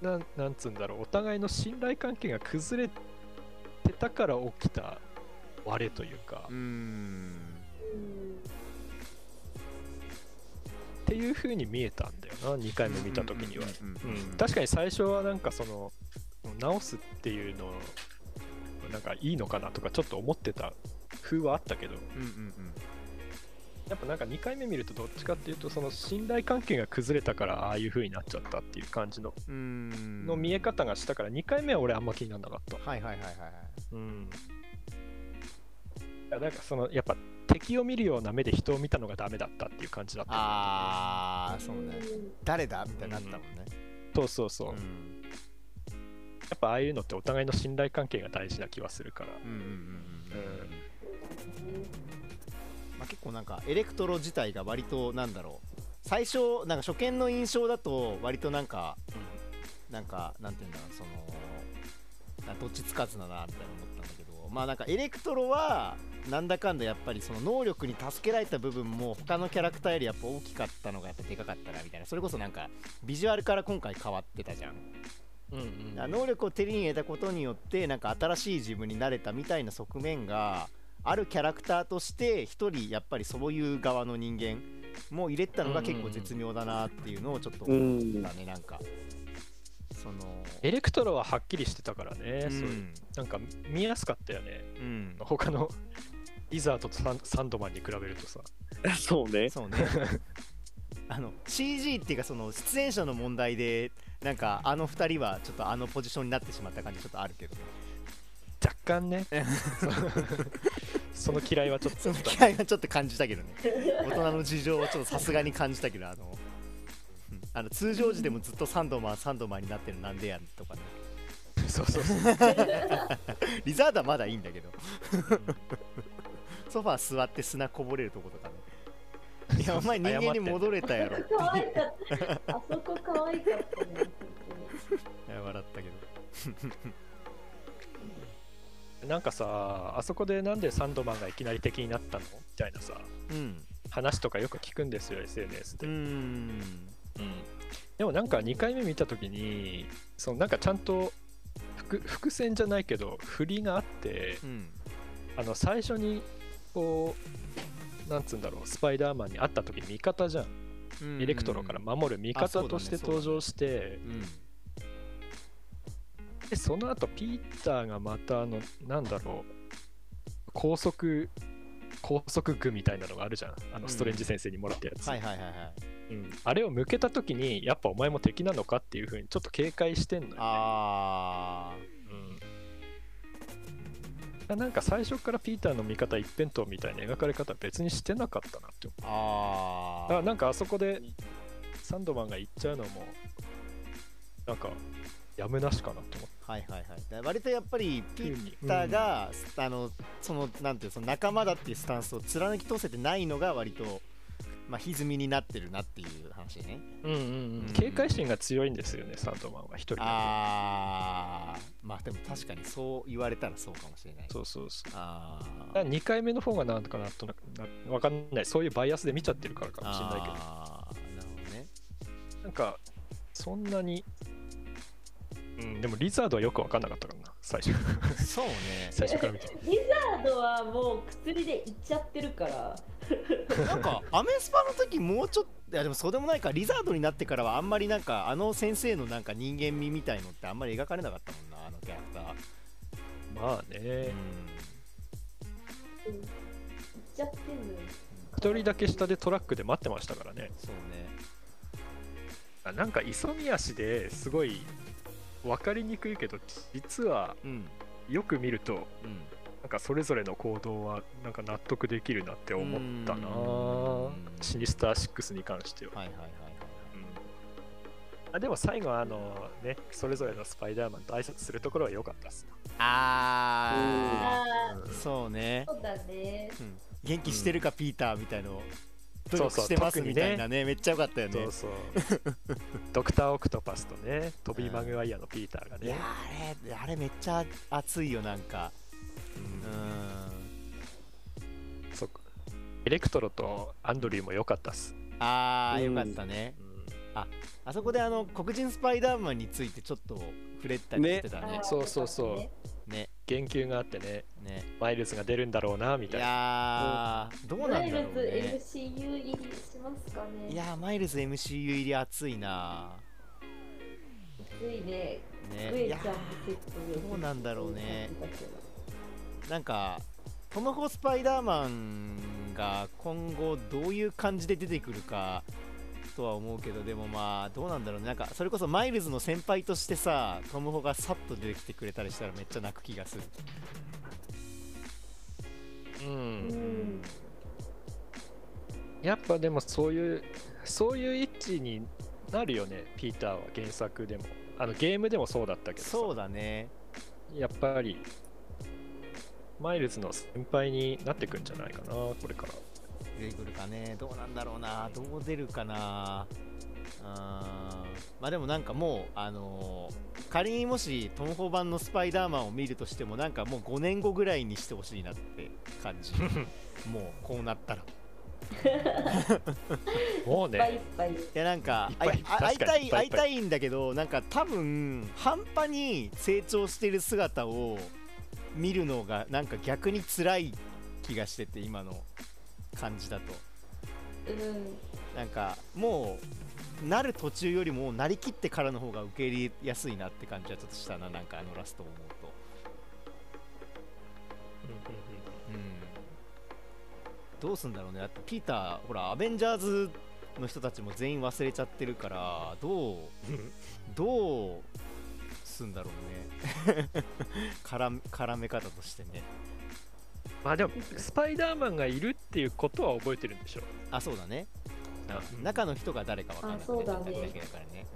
Speaker 2: なんなんつうんだろうお互いの信頼関係が崩れてたから起きた割れというか、
Speaker 1: うん、うん
Speaker 3: うん
Speaker 2: っていう風に見えたんだよな2回目見た時には、
Speaker 1: うん
Speaker 2: う
Speaker 1: うんうん
Speaker 2: ん、確かに最初はなんかその直すっていうのなんかいいのかなとかちょっと思ってた風はあったけど
Speaker 1: うんうんうん
Speaker 2: やっぱなんか2回目見るとどっちかっていうとその信頼関係が崩れたからああいう風になっちゃったっていう感じの
Speaker 1: うーん
Speaker 2: の見え方がしたから2回目は俺あんま気にならなかった。
Speaker 1: はいはいはいはいはい
Speaker 2: うん。なんかそのやっぱ敵を見るような目で人を見たのがダメだったっていう感じだった。
Speaker 1: ああそうね誰だみたいになったもんね、
Speaker 2: そうそうそう。
Speaker 1: うん
Speaker 2: やっぱああいうのってお互いの信頼関係が大事な気はするから。
Speaker 1: うんうんうんうん
Speaker 2: うん
Speaker 1: まあ、結構なんかエレクトロ自体が割となんだろう最初なんか初見の印象だと割となんかなんかなんていうんだろうそのなどっちつかずだなみたいな思ったんだけどまあなんかエレクトロはなんだかんだやっぱりその能力に助けられた部分も他のキャラクターよりやっぱ大きかったのがやっぱでかかったなみたいなそれこそなんかビジュアルから今回変わってたじゃん
Speaker 2: うんう
Speaker 1: だから能力を手に入れたことによってなんか新しい自分になれたみたいな側面があるキャラクターとして一人やっぱりそういう側の人間も入れてたのが結構絶妙だなっていうのをちょっと
Speaker 4: う
Speaker 1: 思っ
Speaker 4: ん
Speaker 1: たねなんかその
Speaker 2: エレクトロははっきりしてたからね、
Speaker 1: う
Speaker 2: そういうんなんか見やすかったよね
Speaker 1: うん
Speaker 2: 他のリザードとサンサンドマンに比べるとさ
Speaker 4: そうね
Speaker 1: そうね あの CG っていうかその出演者の問題でなんかあの二人はちょっとあのポジションになってしまった感じちょっとあるけどね
Speaker 2: 若干ねそう その嫌いはちょっと
Speaker 1: その気合はちょっと感じたけどね大人の事情はちょっとさすがに感じたけどあのうんあの通常時でもずっとサンドマンサンドマンになってるなんでやんとかね
Speaker 2: そうそうそう
Speaker 1: リザードはまだいいんだけどソファー座って砂こぼれるとことかねいやお前人間に戻れたや ろって
Speaker 3: 可愛かった。あそこ可愛かったね。
Speaker 1: 笑ったけど
Speaker 2: なんかさあそこでなんでサンドマンがいきなり敵になったのみたいなさ
Speaker 1: うん
Speaker 2: 話とかよく聞くんですよ SNS
Speaker 1: う
Speaker 2: で、
Speaker 1: ーん
Speaker 2: でもなんか2回目見た時にそのなんかちゃんと伏伏線じゃないけど振りがあって
Speaker 1: うん
Speaker 2: あの最初にこうなんつうんだろうスパイダーマンに会った時味方じゃん、
Speaker 1: うん
Speaker 2: エレクトロから守る味
Speaker 1: あそう
Speaker 2: 方
Speaker 1: だね
Speaker 2: として
Speaker 1: そうだね
Speaker 2: 登場して、
Speaker 1: うん
Speaker 2: でその後ピーターがまたあのなんだろう高速高速具みたいなのがあるじゃんあ
Speaker 1: うん
Speaker 2: のストレンジ先生にもらったやつ、
Speaker 1: はいはいはいはい
Speaker 2: うんあれを向けた時にやっぱお前も敵なのかっていう風にちょっと警戒してんのよ、ね
Speaker 1: あ
Speaker 2: うん、なんか最初からピーターの見方一辺倒みたいな描かれ方別にしてなかったなって思う
Speaker 1: ーあ
Speaker 2: だから
Speaker 1: ー
Speaker 2: なんかあそこでサンドマンが行っちゃうのもなんかやむなしかなって思っ
Speaker 1: はいはいはいだから割とやっぱりピ
Speaker 2: て
Speaker 1: ーピーターが、あのそのなんていうその仲間だっていうスタンスを貫き通せてないのが割と、まあ、歪みになってるなっていう話ね
Speaker 2: うんうんうん警戒心が強いんですよねサンドマンは一人だと
Speaker 1: ああまあでも確かにそう言われたらそうかもしれない
Speaker 2: そうそうそう。
Speaker 1: あー
Speaker 2: 2回目の方がなんとかなんとなくなわかんない、そういうバイアスで見ちゃってるからかもしれないけ
Speaker 1: あーなるほどね
Speaker 2: ど、なんか、そんなに、うん、でもリザードはよくわかんなかったからな、最初、
Speaker 1: そうね
Speaker 2: 最初から見て。
Speaker 3: リザードはもう薬でいっちゃってるから。
Speaker 1: なんかアメスパの時もうちょっといやでもそうでもないかリザードになってからはあんまりなんかあの先生のなんか人間味みたいのってあんまり描かれなかったもんなあのキャラクター
Speaker 2: まあね、
Speaker 3: うんいっちゃってんのよ。
Speaker 2: 1人だけ下でトラックで待ってましたからね。
Speaker 1: そうね
Speaker 2: あなんか、急ぎ足ですごい分かりにくいけど、実は
Speaker 1: うん
Speaker 2: よく見ると、
Speaker 1: うん
Speaker 2: なんかそれぞれの行動はなんか納得できるなって思ったな
Speaker 1: うん
Speaker 2: シニスター6に関しては。
Speaker 1: はいはいはいはい
Speaker 2: あでも最後はあのねそれぞれのスパイダーマンと挨拶するところは良かったっす
Speaker 1: あ
Speaker 3: ああ、
Speaker 1: ーそうね、
Speaker 3: そうだね。
Speaker 1: 元気してるかピーターみたいのを努力してますみたいなねめっちゃ良かったよね
Speaker 2: そうそう ドクター・オクトパスとねトビー・マグワイアのピーターが
Speaker 1: いや
Speaker 2: ね
Speaker 1: あれあれめっちゃ熱いよなんかうん
Speaker 2: そっかエレクトロとアンドリューも良かったっす、
Speaker 1: ああ
Speaker 4: う
Speaker 1: よ
Speaker 4: ん
Speaker 1: かったね
Speaker 2: うん
Speaker 1: あそこであの黒人スパイダーマンについてちょっと触れたりしてたね
Speaker 2: そうそうそう
Speaker 5: ね
Speaker 1: ね
Speaker 2: 言及があってね
Speaker 1: ね
Speaker 2: マイルズが出るんだろうなみ
Speaker 1: い
Speaker 2: たい
Speaker 1: や
Speaker 2: な
Speaker 1: ーどうな
Speaker 3: マ
Speaker 1: ん
Speaker 3: イ
Speaker 1: だ
Speaker 3: ル
Speaker 1: ろう
Speaker 3: ズ
Speaker 1: ね
Speaker 3: MCU 入りしますかね
Speaker 1: いやーマイルズ MCU 入り熱いな
Speaker 3: ついねグ
Speaker 1: ね
Speaker 3: エ
Speaker 1: い
Speaker 3: ちゃ
Speaker 1: やー
Speaker 3: ん
Speaker 1: どうなんだろうねなんかトム・ホスパイダーマンが今後どういう感じで出てくるかとは思うけどでもまあどうなんだろうねなんかそれこそマイルズの先輩としてさトム・ホがさっと出てきてくれたりしたらめっちゃ泣く気がする
Speaker 2: う
Speaker 3: うんん
Speaker 2: やっぱでもそういうそういう位置になるよねピーターは原作でもあのゲームでもそうだったけどさ
Speaker 1: そうだね
Speaker 2: やっぱりマイルズの先輩になってくんじゃないかなこれから
Speaker 1: 出てくるかねどうなんだろうなどう出るかなうーんまあでもなんかもうあのー仮にもしトム・ホ版のスパイダーマンを見るとしてもなんかもう5年後ぐらいにしてほしいなって感 じもうこうなったら
Speaker 2: もう
Speaker 3: いっぱいい
Speaker 2: ね
Speaker 3: っぱい
Speaker 1: いやなんか
Speaker 2: いっ
Speaker 1: あ
Speaker 2: ぱい
Speaker 1: いあ会い
Speaker 2: 確か
Speaker 1: た
Speaker 2: に
Speaker 1: い
Speaker 2: いっぱ
Speaker 1: 会
Speaker 2: い
Speaker 1: い
Speaker 2: いっぱい
Speaker 1: たいんだけどなんか多分半端に成長してる姿を見るのがなんか逆に辛い気がしてて今の感じだと
Speaker 3: うん
Speaker 1: なんかもうなる途中よりもなりきってからの方が受け入れやすいなって感じはちょっとしたななんかあのラストを思うとうんどうすんだろうねだってピーターほらアベンジャーズの人たちも全員忘れちゃってるからどうどうすんだろう ね絡め絡め方としてね
Speaker 2: まあでもスパイダーマンがいるっていうことは覚えてるんでしょ
Speaker 1: あそうだね
Speaker 2: うん
Speaker 1: 中の人が誰かわからな
Speaker 3: あ
Speaker 1: く
Speaker 3: そうだ
Speaker 1: な
Speaker 3: ね
Speaker 1: っちゃっただけだからね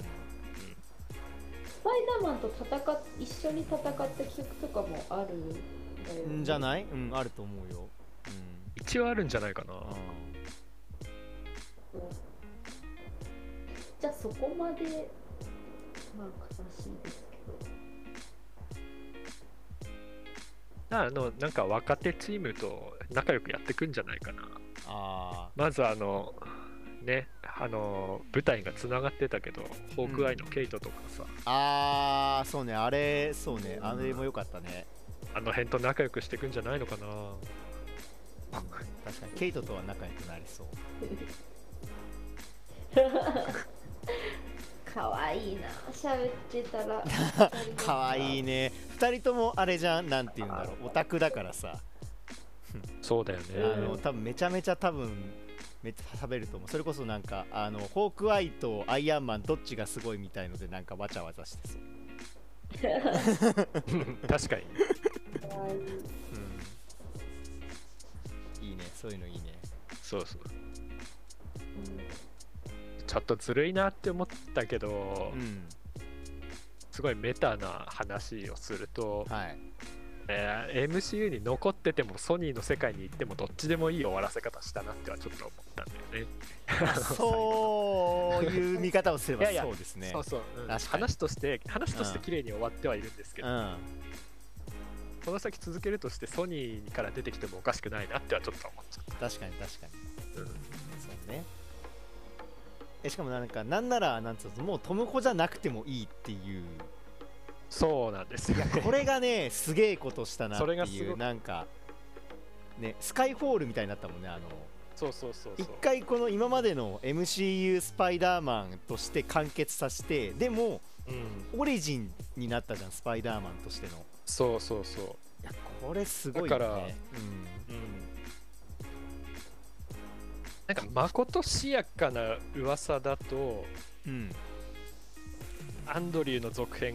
Speaker 3: スパイダーマンと戦っ一緒に戦った記憶とかもあるんだよね
Speaker 1: うんじゃないうんあると思うようん
Speaker 2: 一応あるんじゃないかな、
Speaker 1: う
Speaker 3: うんじゃあそこまでまあ悲しいですけど
Speaker 2: あのなんか若手チームと仲良くやってくんじゃないかな。
Speaker 1: んあ
Speaker 2: まずあのねあの舞台がつながってたけどホークアイのケイトとかさ、
Speaker 1: ーあーそうねあれそうねあれも良かったね
Speaker 2: あの辺と仲良くしてくんじゃないのかな。
Speaker 1: 確かにケイトとは仲良くなりそう
Speaker 3: 可愛いな喋ってたら
Speaker 1: 可愛い
Speaker 3: い
Speaker 1: ね2人ともあれじゃんなんて言うんだろうオタクだからさ
Speaker 2: そうだよ
Speaker 1: あ
Speaker 2: ね。
Speaker 1: の多分めちゃめちゃ多分めっちゃ喋ると思うそれこそなんかあのホークアイとアイアンマンどっちがすごいみたいのでなんかわちゃわちゃしてそう、
Speaker 2: 確かに。
Speaker 3: 可愛い
Speaker 1: うん、いいねそういうのいいね
Speaker 2: そうそう。ちょっとずるいなって思ったけど、
Speaker 1: うん
Speaker 2: すごいメタな話をすると、
Speaker 1: はい
Speaker 2: えー MCU に残っててもソニーの世界に行ってもどっちでもいい終わらせ方したなってはちょっと思ったんだよね。
Speaker 1: そういう見方をすれば
Speaker 2: いやいや
Speaker 1: そうですね
Speaker 2: そうそう、う
Speaker 1: 確
Speaker 2: ん
Speaker 1: かに
Speaker 2: 話として話として
Speaker 1: うん
Speaker 2: 綺麗に終わってはいるんですけど、
Speaker 1: うん
Speaker 2: この先続けるとしてソニーから出てきてもおかしくないなってはちょっと思っちゃった。
Speaker 1: 確かに確かに
Speaker 2: うん
Speaker 1: そうねえしかもなんかなんならなんつうのもうトムコじゃなくてもいいっていう
Speaker 2: そうなんですよ、ね。
Speaker 1: これがねすげえことしたなって
Speaker 2: それが
Speaker 1: い
Speaker 2: す
Speaker 1: う
Speaker 2: ごく
Speaker 1: なんかねスカイフォールみたいになったもんねあの
Speaker 2: そうそうそうそう
Speaker 1: 一。回この今までの MCU スパイダーマンとして完結させてでも
Speaker 2: うん、
Speaker 1: オリジンになったじゃんスパイダーマンとしての
Speaker 2: そうそうそ
Speaker 1: いやこれすごいよ
Speaker 2: だから
Speaker 1: ねうん
Speaker 2: う。うん。なんかまことしやかな噂だと
Speaker 1: うん、
Speaker 2: アンドリューの続編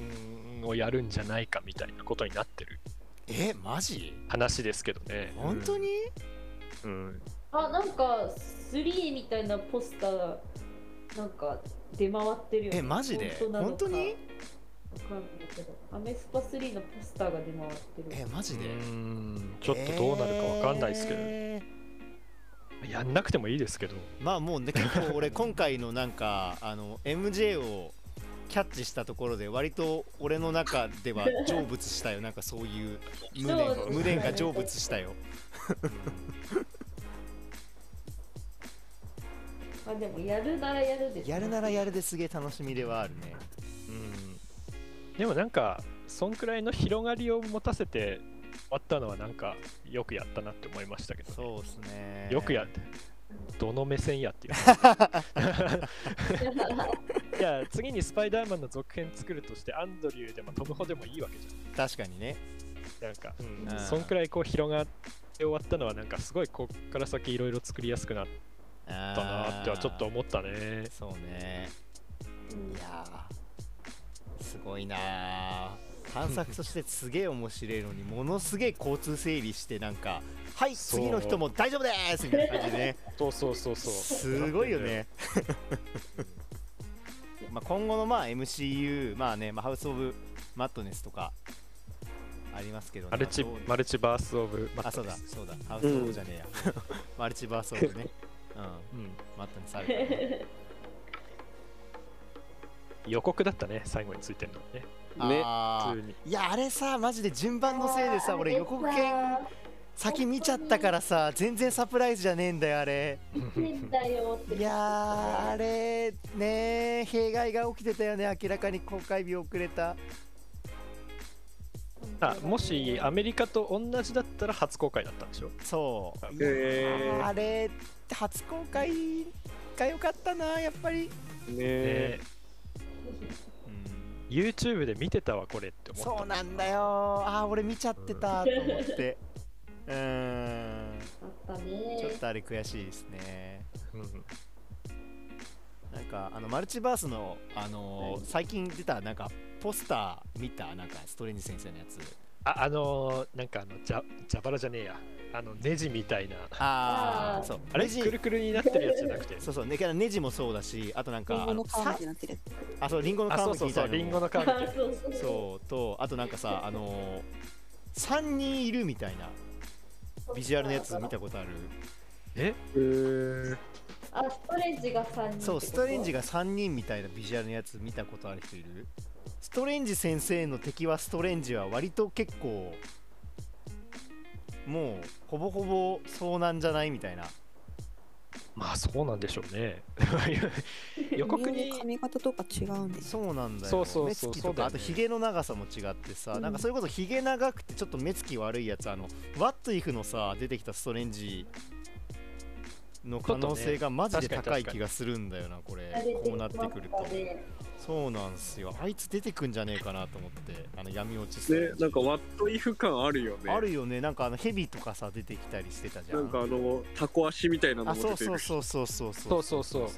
Speaker 2: をやるんじゃないかみたいなことになってる
Speaker 1: えマジ
Speaker 2: 話ですけどね。
Speaker 1: 本当に、
Speaker 2: うん、
Speaker 3: あなんか3みたいなポスターなんか出回ってるよね
Speaker 1: えマジで
Speaker 3: なのか
Speaker 1: 本当に
Speaker 3: わかんないけどアメスパ3のポスターが出回ってる
Speaker 1: えマジで、
Speaker 2: うんちょっとどうなるかわかんないですけど、
Speaker 1: えー
Speaker 2: やんなくてもいいですけど
Speaker 1: まあもうね結構俺今回のなんかあの MJ をキャッチしたところで割と俺の中では成仏したよなんかそういう無
Speaker 3: そう
Speaker 1: 念無念が成仏したよ
Speaker 3: まあでもやるならやるです、
Speaker 1: やるなら やるですげえ楽しみではあるねうん
Speaker 2: でもなんかそんくらいの広がりを持たせて終わったのはなんかよくやったなって思いましたけどね、
Speaker 1: そうっすね
Speaker 2: よくやってどの目線やっていういや次にスパイダーマンの続編作るとしてアンドリューでもトムホでもいいわけじ
Speaker 1: 確かにね
Speaker 2: ゃんなんか、うん
Speaker 1: うん
Speaker 2: そんくらいこう広がって終わったのはなんかすごいこっから先いろいろ作りやすくなった
Speaker 1: あ
Speaker 2: なってはちょっと思ったね
Speaker 1: そうね
Speaker 3: うん
Speaker 1: いやーすごいなあ探索としてすげえ面白いのにものすげえ交通整理してなんか「はい
Speaker 2: そう
Speaker 1: 次の人も大丈夫です!」みたいな感じでね
Speaker 2: そうそうそうそう
Speaker 1: すごいよね まあ今後のまあ MCU まあね、まあ、ハウス・オブ・マットネスとかありますけど、ね、
Speaker 2: マルチ
Speaker 1: まあそう
Speaker 2: マルチバースオブマ
Speaker 1: あ
Speaker 2: ッ
Speaker 1: そ
Speaker 2: ト
Speaker 1: う
Speaker 2: で
Speaker 1: だ
Speaker 2: す
Speaker 1: そうだハウス・オブじゃねえや、 マルチバース・オブねうん、うん、マットネスあるからね
Speaker 2: 予告だったね最後についてるのね
Speaker 4: ね
Speaker 1: あー
Speaker 2: 普通に
Speaker 1: いやあれさマジで順番のせいでさ俺予告編先見ちゃったからさ全然サプライズじゃねえんだよあれ
Speaker 3: 変だよって
Speaker 1: いやーあれねー弊害が起きてたよね明らかに公開日遅れた
Speaker 2: あもしアメリカと同じだったら初公開だったんでしょ
Speaker 1: そう
Speaker 4: へえ
Speaker 1: あれ初公開が良かったなやっぱり、
Speaker 4: ね
Speaker 2: で
Speaker 4: え
Speaker 2: YouTube で見てたわこれって思った
Speaker 1: そうなんだよあー俺見ちゃってたと思 ってうーん
Speaker 3: あった
Speaker 1: ちょっ
Speaker 3: ね
Speaker 1: とあれ悔しいですね
Speaker 2: うん
Speaker 1: なんかあのマルチバースの、あのー最近出たなんかポスター見たなんかストレンジ先生のやつ
Speaker 2: ああのーなんかあのジャジャバラじゃねえやあのネジみたいな
Speaker 1: あ
Speaker 3: あー
Speaker 1: そう
Speaker 2: あれ
Speaker 1: ネジ
Speaker 2: くるくるになってるやつじゃなくて
Speaker 1: そうそうねけどネジもそうだしあとなん
Speaker 5: リ
Speaker 1: か
Speaker 5: ンゴの皮み
Speaker 1: さ
Speaker 5: たいになってる。
Speaker 1: あそうリンゴの皮
Speaker 2: あそう
Speaker 1: むき
Speaker 2: そう
Speaker 1: み
Speaker 2: そ
Speaker 1: た
Speaker 2: う
Speaker 1: いな
Speaker 2: リンゴの皮みたい
Speaker 3: あ
Speaker 2: な
Speaker 3: そうそう
Speaker 1: そうとあとなんかさあのー、3人いるみたいなビジュアルのやつ見たことある
Speaker 2: え
Speaker 3: あストレンジが3人
Speaker 1: そうストレンジ
Speaker 3: が
Speaker 1: が3人みたいなビジュアルのやつ見たことある人いるストレンジ先生の敵はストレンジは割と結構もうほぼほぼそうなんじゃないみたいな
Speaker 2: まあそうなんでしょうね予告
Speaker 5: 人
Speaker 2: に
Speaker 5: 間髪型とか違うんです。
Speaker 1: そうなんだよ
Speaker 2: そうそうそう
Speaker 1: 目つき
Speaker 2: そ
Speaker 1: と
Speaker 2: うだ
Speaker 1: か
Speaker 2: よ
Speaker 1: あ
Speaker 2: ね
Speaker 1: とヒゲの長さも違ってさ、なんかそれこそヒゲ長くてちょっと目つき悪いやつあのワットイフのさ出てきたストレンジの可能性がマジで高い気がするんだよなこれこうなってくるとそうなんすよあいつ出てくんじゃねえかなと思ってあの闇落ちストレ
Speaker 4: ね
Speaker 1: ンジ
Speaker 4: なんかワットイフ感あるよね
Speaker 1: あるよねなんかあのヘビとかさ出てきたりしてたじゃ
Speaker 4: なんんかあのタコ足みたいなの
Speaker 1: あ
Speaker 4: も
Speaker 1: そう
Speaker 4: 出て
Speaker 1: そう
Speaker 4: るし
Speaker 1: そうそうそうそ
Speaker 2: そううそうそう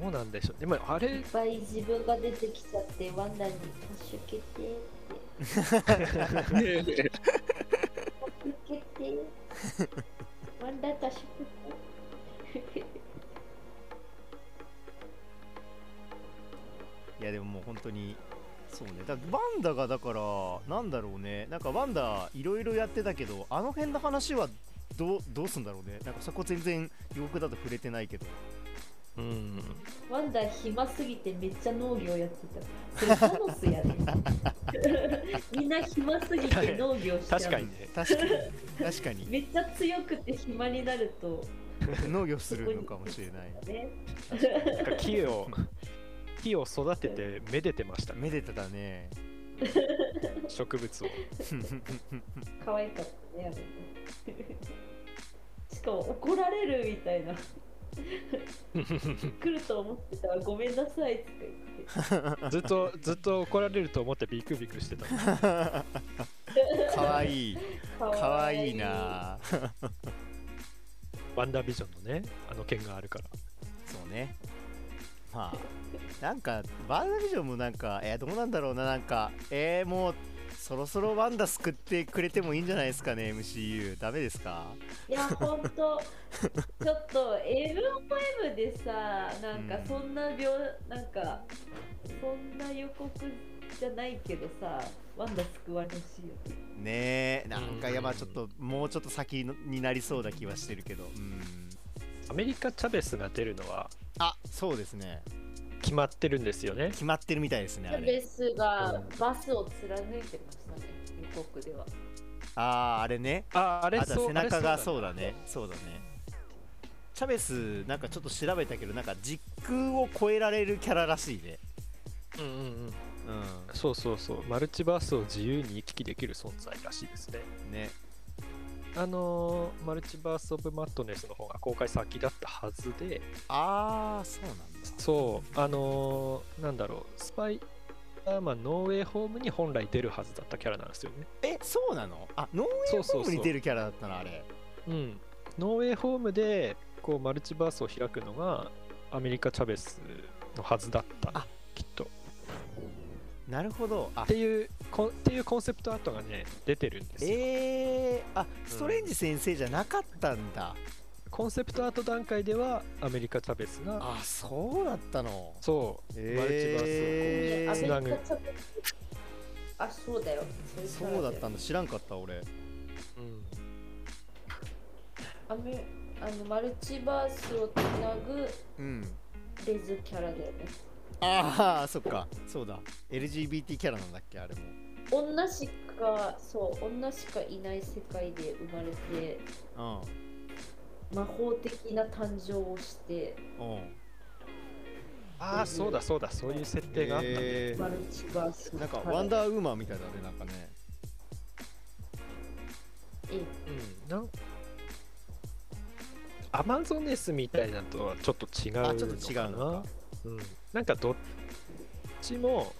Speaker 2: どうなんでしょうでもあれ
Speaker 3: いっぱい自分が出てきちゃってワンダに助けてって
Speaker 4: ねえ
Speaker 3: 助け てワンダ助けて
Speaker 1: いやでももう本当にそうねだワンダがだからなんだろうねなんかワンダいろいろやってたけどあの辺の話はどうどうすんだろうねなんかそこ全然予告だと触れてないけど
Speaker 2: うん
Speaker 3: ワンダ暇すぎてめっちゃ農業やってた。それタノスや ね。みんな暇すぎて農業しちゃう。
Speaker 2: 確かにね
Speaker 1: 確かに確かに
Speaker 3: めっちゃ強くて暇になると、
Speaker 1: 農業するのかもしれない
Speaker 3: ね、
Speaker 2: なんか木 を木を育ててめでてましたね
Speaker 1: めでてたね
Speaker 2: 植物を
Speaker 3: 可愛かったね、あれね。 しかも怒られるみ たいな。来ると思ってたらごめんなさいって言って。
Speaker 2: ず っとずっと怒られると思ってビクビクしてた
Speaker 1: かわいい
Speaker 3: か
Speaker 1: かわいい。な
Speaker 2: ワンダービジョンのねあの剣があるから
Speaker 1: そうね。まあ、なんか、ワンダービジョンもなんか、えーどうなんだろうな、なんか、えー、もう、そろそろワンダ救ってくれてもいいんじゃないですかね、MCU。ダメですか
Speaker 3: いや、ほんと、ちょっと MOM でさ、なんかそんな病、なんか、そんな予告じゃないけどさ、ワンダ救われてほしいよね。
Speaker 1: ねえ、ねなんかいやまあちょっともうちょっと先になりそうな気はしてるけどうん
Speaker 2: アメリカ・チャベスが出るのは
Speaker 1: あそうですね
Speaker 2: 決まってるんですよね。
Speaker 1: 決まってるみたいですねあ
Speaker 3: ベ
Speaker 1: れ
Speaker 3: スがバスを貫いてましたね、予告では。
Speaker 1: あーあれね
Speaker 2: ああれ
Speaker 1: あとは背中が
Speaker 2: う
Speaker 1: そうだねそうだねチャベスなんかちょっと調べたけどなんか時空を超えられるキャラらしいね
Speaker 2: だうんうんうん
Speaker 1: う
Speaker 2: そうそうそうマルチバースを自由に行き来できる存在らしいですね
Speaker 1: んね
Speaker 2: あのーマルチバース・オブ・マットネスの方が公開先だったはずで
Speaker 1: ああそうなんだ
Speaker 2: そうあのーなんだろうスパイダーマンノーウェイホームに本来出るはずだったキャラなんですよね
Speaker 1: えそうなのあノーウェイ
Speaker 2: そうそ
Speaker 1: ホ
Speaker 2: う
Speaker 1: ーム
Speaker 2: そう
Speaker 1: に出るキャラだったなあれ
Speaker 2: うんノーウェイホームでこうマルチバースを開くのがアメリカ・チャベスのはずだった
Speaker 1: あ
Speaker 2: きっとっ
Speaker 1: なるほどあ
Speaker 2: ていうこんっていうコンセプトアートがね出てるんですよ
Speaker 1: えー、あストレンジ先生じゃなかったんだ、
Speaker 2: コンセプトアート段階ではアメリカ・チャベスが
Speaker 1: あそうだったの
Speaker 2: そう、
Speaker 1: えー
Speaker 2: マルチバースをこうつなぐ、
Speaker 3: あ、そうだよ。れから
Speaker 1: そうだったんだ知らんかった俺
Speaker 2: うん
Speaker 3: アメあのマルチバースをつなぐ
Speaker 1: うん
Speaker 3: レズキャラだよね。
Speaker 1: ああそっかそうだ LGBT キャラなんだっけあれも
Speaker 3: 女しかそう女しかいない世界で生まれて魔法的な誕生をして
Speaker 1: うんうん
Speaker 2: ああそうだそうだそういう設定があったね、
Speaker 1: え
Speaker 3: マルチバース
Speaker 1: ーなんかワン
Speaker 3: ー
Speaker 1: ダーウーマンみたいだねなんかね
Speaker 2: うんなんアマゾネスみたいなのとはちょっと違うのかな
Speaker 1: あちょっと違うのか
Speaker 2: うん、なんかどっちも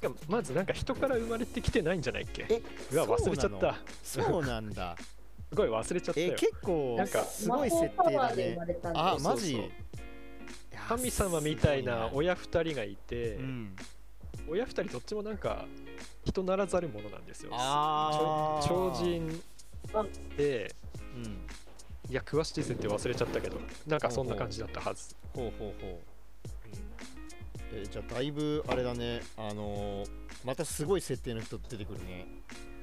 Speaker 2: なんかまずなんか人から生まれてきてないんじゃないっけ
Speaker 1: え
Speaker 2: うわ忘れちゃった
Speaker 1: そうなのそうなん だ
Speaker 2: すごい忘れちゃった
Speaker 1: え
Speaker 2: よ
Speaker 1: ー、結構
Speaker 2: なんか
Speaker 1: すごい設定だねあ
Speaker 2: そうそう
Speaker 1: マ
Speaker 2: そう
Speaker 1: ジいや
Speaker 2: 神様みたいな
Speaker 1: すごい
Speaker 2: 親二人がいて、
Speaker 1: うん
Speaker 2: 親二人どっちもなんか人ならざるものなんですよ
Speaker 1: あー
Speaker 2: 超超人で
Speaker 1: うん
Speaker 2: いや詳しい設定忘れちゃったけどなんかそんな感じだったはず
Speaker 1: ほうほうほう、えじゃあだいぶあれだねあのーまたすごい設定の人出てくるね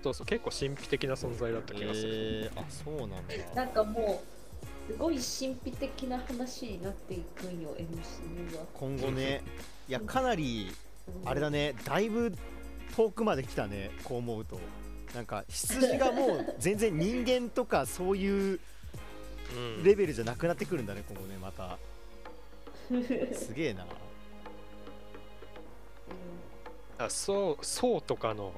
Speaker 2: そうそう結構神秘的な存在だった気がする、
Speaker 1: えー、あそうなん
Speaker 3: な
Speaker 1: だ
Speaker 3: んかもうすごい神秘的な話になっていくんよ MCU は、
Speaker 1: 今後ねいやかなり
Speaker 3: うん
Speaker 1: あれだねだいぶ遠くまで来たねこう思うとなんか羊がも う全然人間とかそういう
Speaker 2: うん
Speaker 1: レベルじゃなくなってくるんだね今後ねまたすげえな
Speaker 3: う
Speaker 2: あそうそうとかの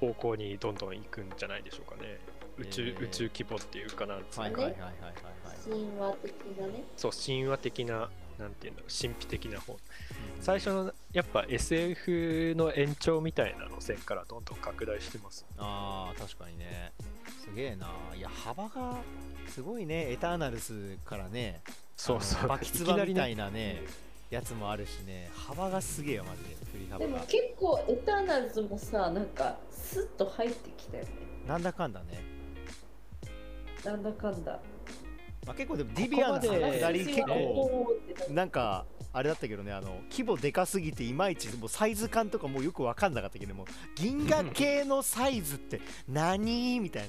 Speaker 2: 方向にどんどん行くんじゃないでしょうかね宇宙,、
Speaker 1: えー
Speaker 2: 宇宙規模っていうかな、
Speaker 1: はいはいはいはいはいはい
Speaker 3: ん神話的なね
Speaker 2: そう神話的ななんていうんだろう神秘的な方最初のやっぱ SF の延長みたいな路線からどんどん拡大してます
Speaker 1: あー確かにねすげえないや幅がすごいねエターナルスからね
Speaker 2: そう
Speaker 1: あ
Speaker 2: そ
Speaker 1: の
Speaker 2: う
Speaker 1: バキツバみた
Speaker 2: い
Speaker 1: いなねやつもあるしね幅がすげえよマジで振り
Speaker 3: で
Speaker 1: 幅
Speaker 3: も
Speaker 1: が
Speaker 3: 結構エターナルズもさなんかスッと入ってきたよね
Speaker 1: なんだかんだね、
Speaker 3: なんだかんだ
Speaker 1: まあ、結構でもディビアンの下り
Speaker 2: えー
Speaker 1: 結構
Speaker 3: おーってなって
Speaker 1: なんかあれだったけどねあの規模でかすぎていまいちもうサイズ感とかもうよく分かんなかったけどもう銀河系のサイズって何みたいな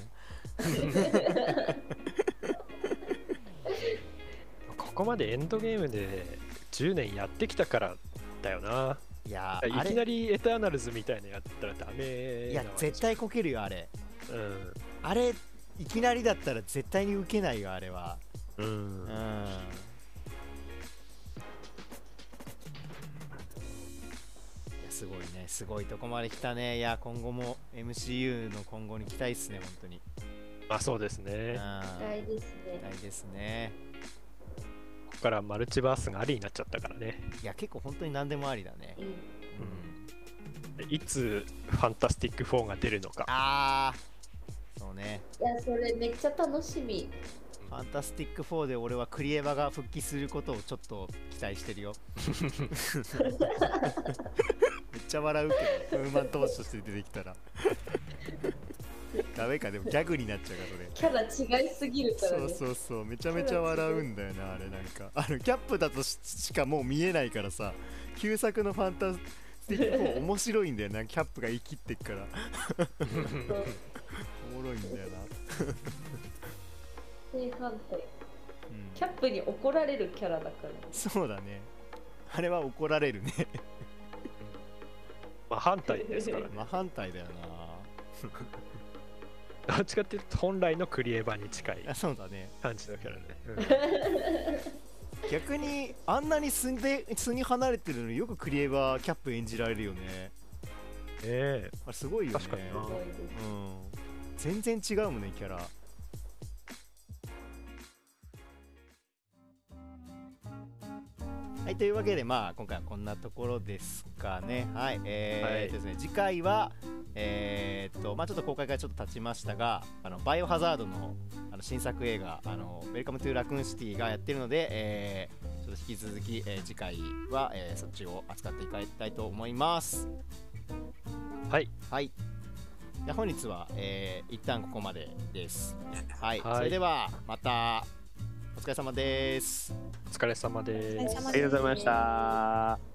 Speaker 2: ここまでエンドゲームで10年やってきたからだよない
Speaker 1: やーあ
Speaker 2: いきな
Speaker 1: れ
Speaker 2: りエターナルズみたいなのやったらダメ
Speaker 1: いや
Speaker 2: なわけ
Speaker 1: 絶対こけるよあれ
Speaker 2: うん
Speaker 1: あれいきなりだったら絶対に受けないよあれは
Speaker 2: う
Speaker 1: うん
Speaker 2: ん
Speaker 1: いやすごいねすごいとこまで来たねいや今後も MCU の今後に期待っすね本当に
Speaker 2: まあそうです
Speaker 1: うん
Speaker 2: ね
Speaker 1: 期
Speaker 3: たいですね
Speaker 1: 待ですね
Speaker 2: ここからマルチバースがありになっちゃったからね
Speaker 1: いや結構本当に何でもありだね
Speaker 3: うん
Speaker 1: うん
Speaker 2: いつファンタスティック4が出るのか
Speaker 1: あーそうね
Speaker 3: いや、それめっちゃ楽しみ。
Speaker 1: ファンタスティック4で俺はクリエバが復帰することをちょっと期待してるよ。 めっちゃ笑うけど、ウーマン投手として出てきたら。ダメか、でもギャグになっちゃうか、
Speaker 3: キャラ違いすぎるか
Speaker 1: そ
Speaker 3: ら
Speaker 1: れ。そう
Speaker 3: ね。
Speaker 1: そうそう、めちゃめちゃ笑うんだよな、あれなんか。あの、キャップだとししかもう見えないからさ、旧作のファンタスっていく方面白いんだよなキャップが言い切ってっから
Speaker 3: そう
Speaker 1: おもろいんだよな、
Speaker 3: 正反対
Speaker 1: うん
Speaker 3: キャップに怒られるキャラだから
Speaker 1: そうだねあれは怒られるね
Speaker 2: まあ反対です からね
Speaker 1: 真反対だよ
Speaker 2: どっちかっていうと本来のクリエバに近い
Speaker 1: なあそうだね
Speaker 2: 感じのキャラね、うん
Speaker 1: 逆にあんなに素で素に離れてるのによくクリエイバーキャップ演じられるよね
Speaker 2: え
Speaker 1: あれすごいよね
Speaker 2: 確かにな
Speaker 3: すごいです
Speaker 1: うん全然違うもんねキャラはいというわけでまあ今回はこんなところですかねはい
Speaker 2: は
Speaker 1: えー
Speaker 2: い
Speaker 1: とですね次回はえーっとまあちょっと公開からちょっと経ちましたがあのバイオハザードのあの新作映画「あのウェルカム・トゥ・ラクーン・シティ」がやってるので、えーちょっと引き続き、えー次回は、えーそっちを扱っていきたいと思います
Speaker 2: はい
Speaker 1: はいじゃあ本日は、えー一旦ここまでですはい、
Speaker 2: はい
Speaker 1: それではまたお疲れ様です
Speaker 2: お疲れ様
Speaker 5: お
Speaker 2: で
Speaker 5: 疲れ様
Speaker 2: す
Speaker 5: です
Speaker 4: ありがとうございました。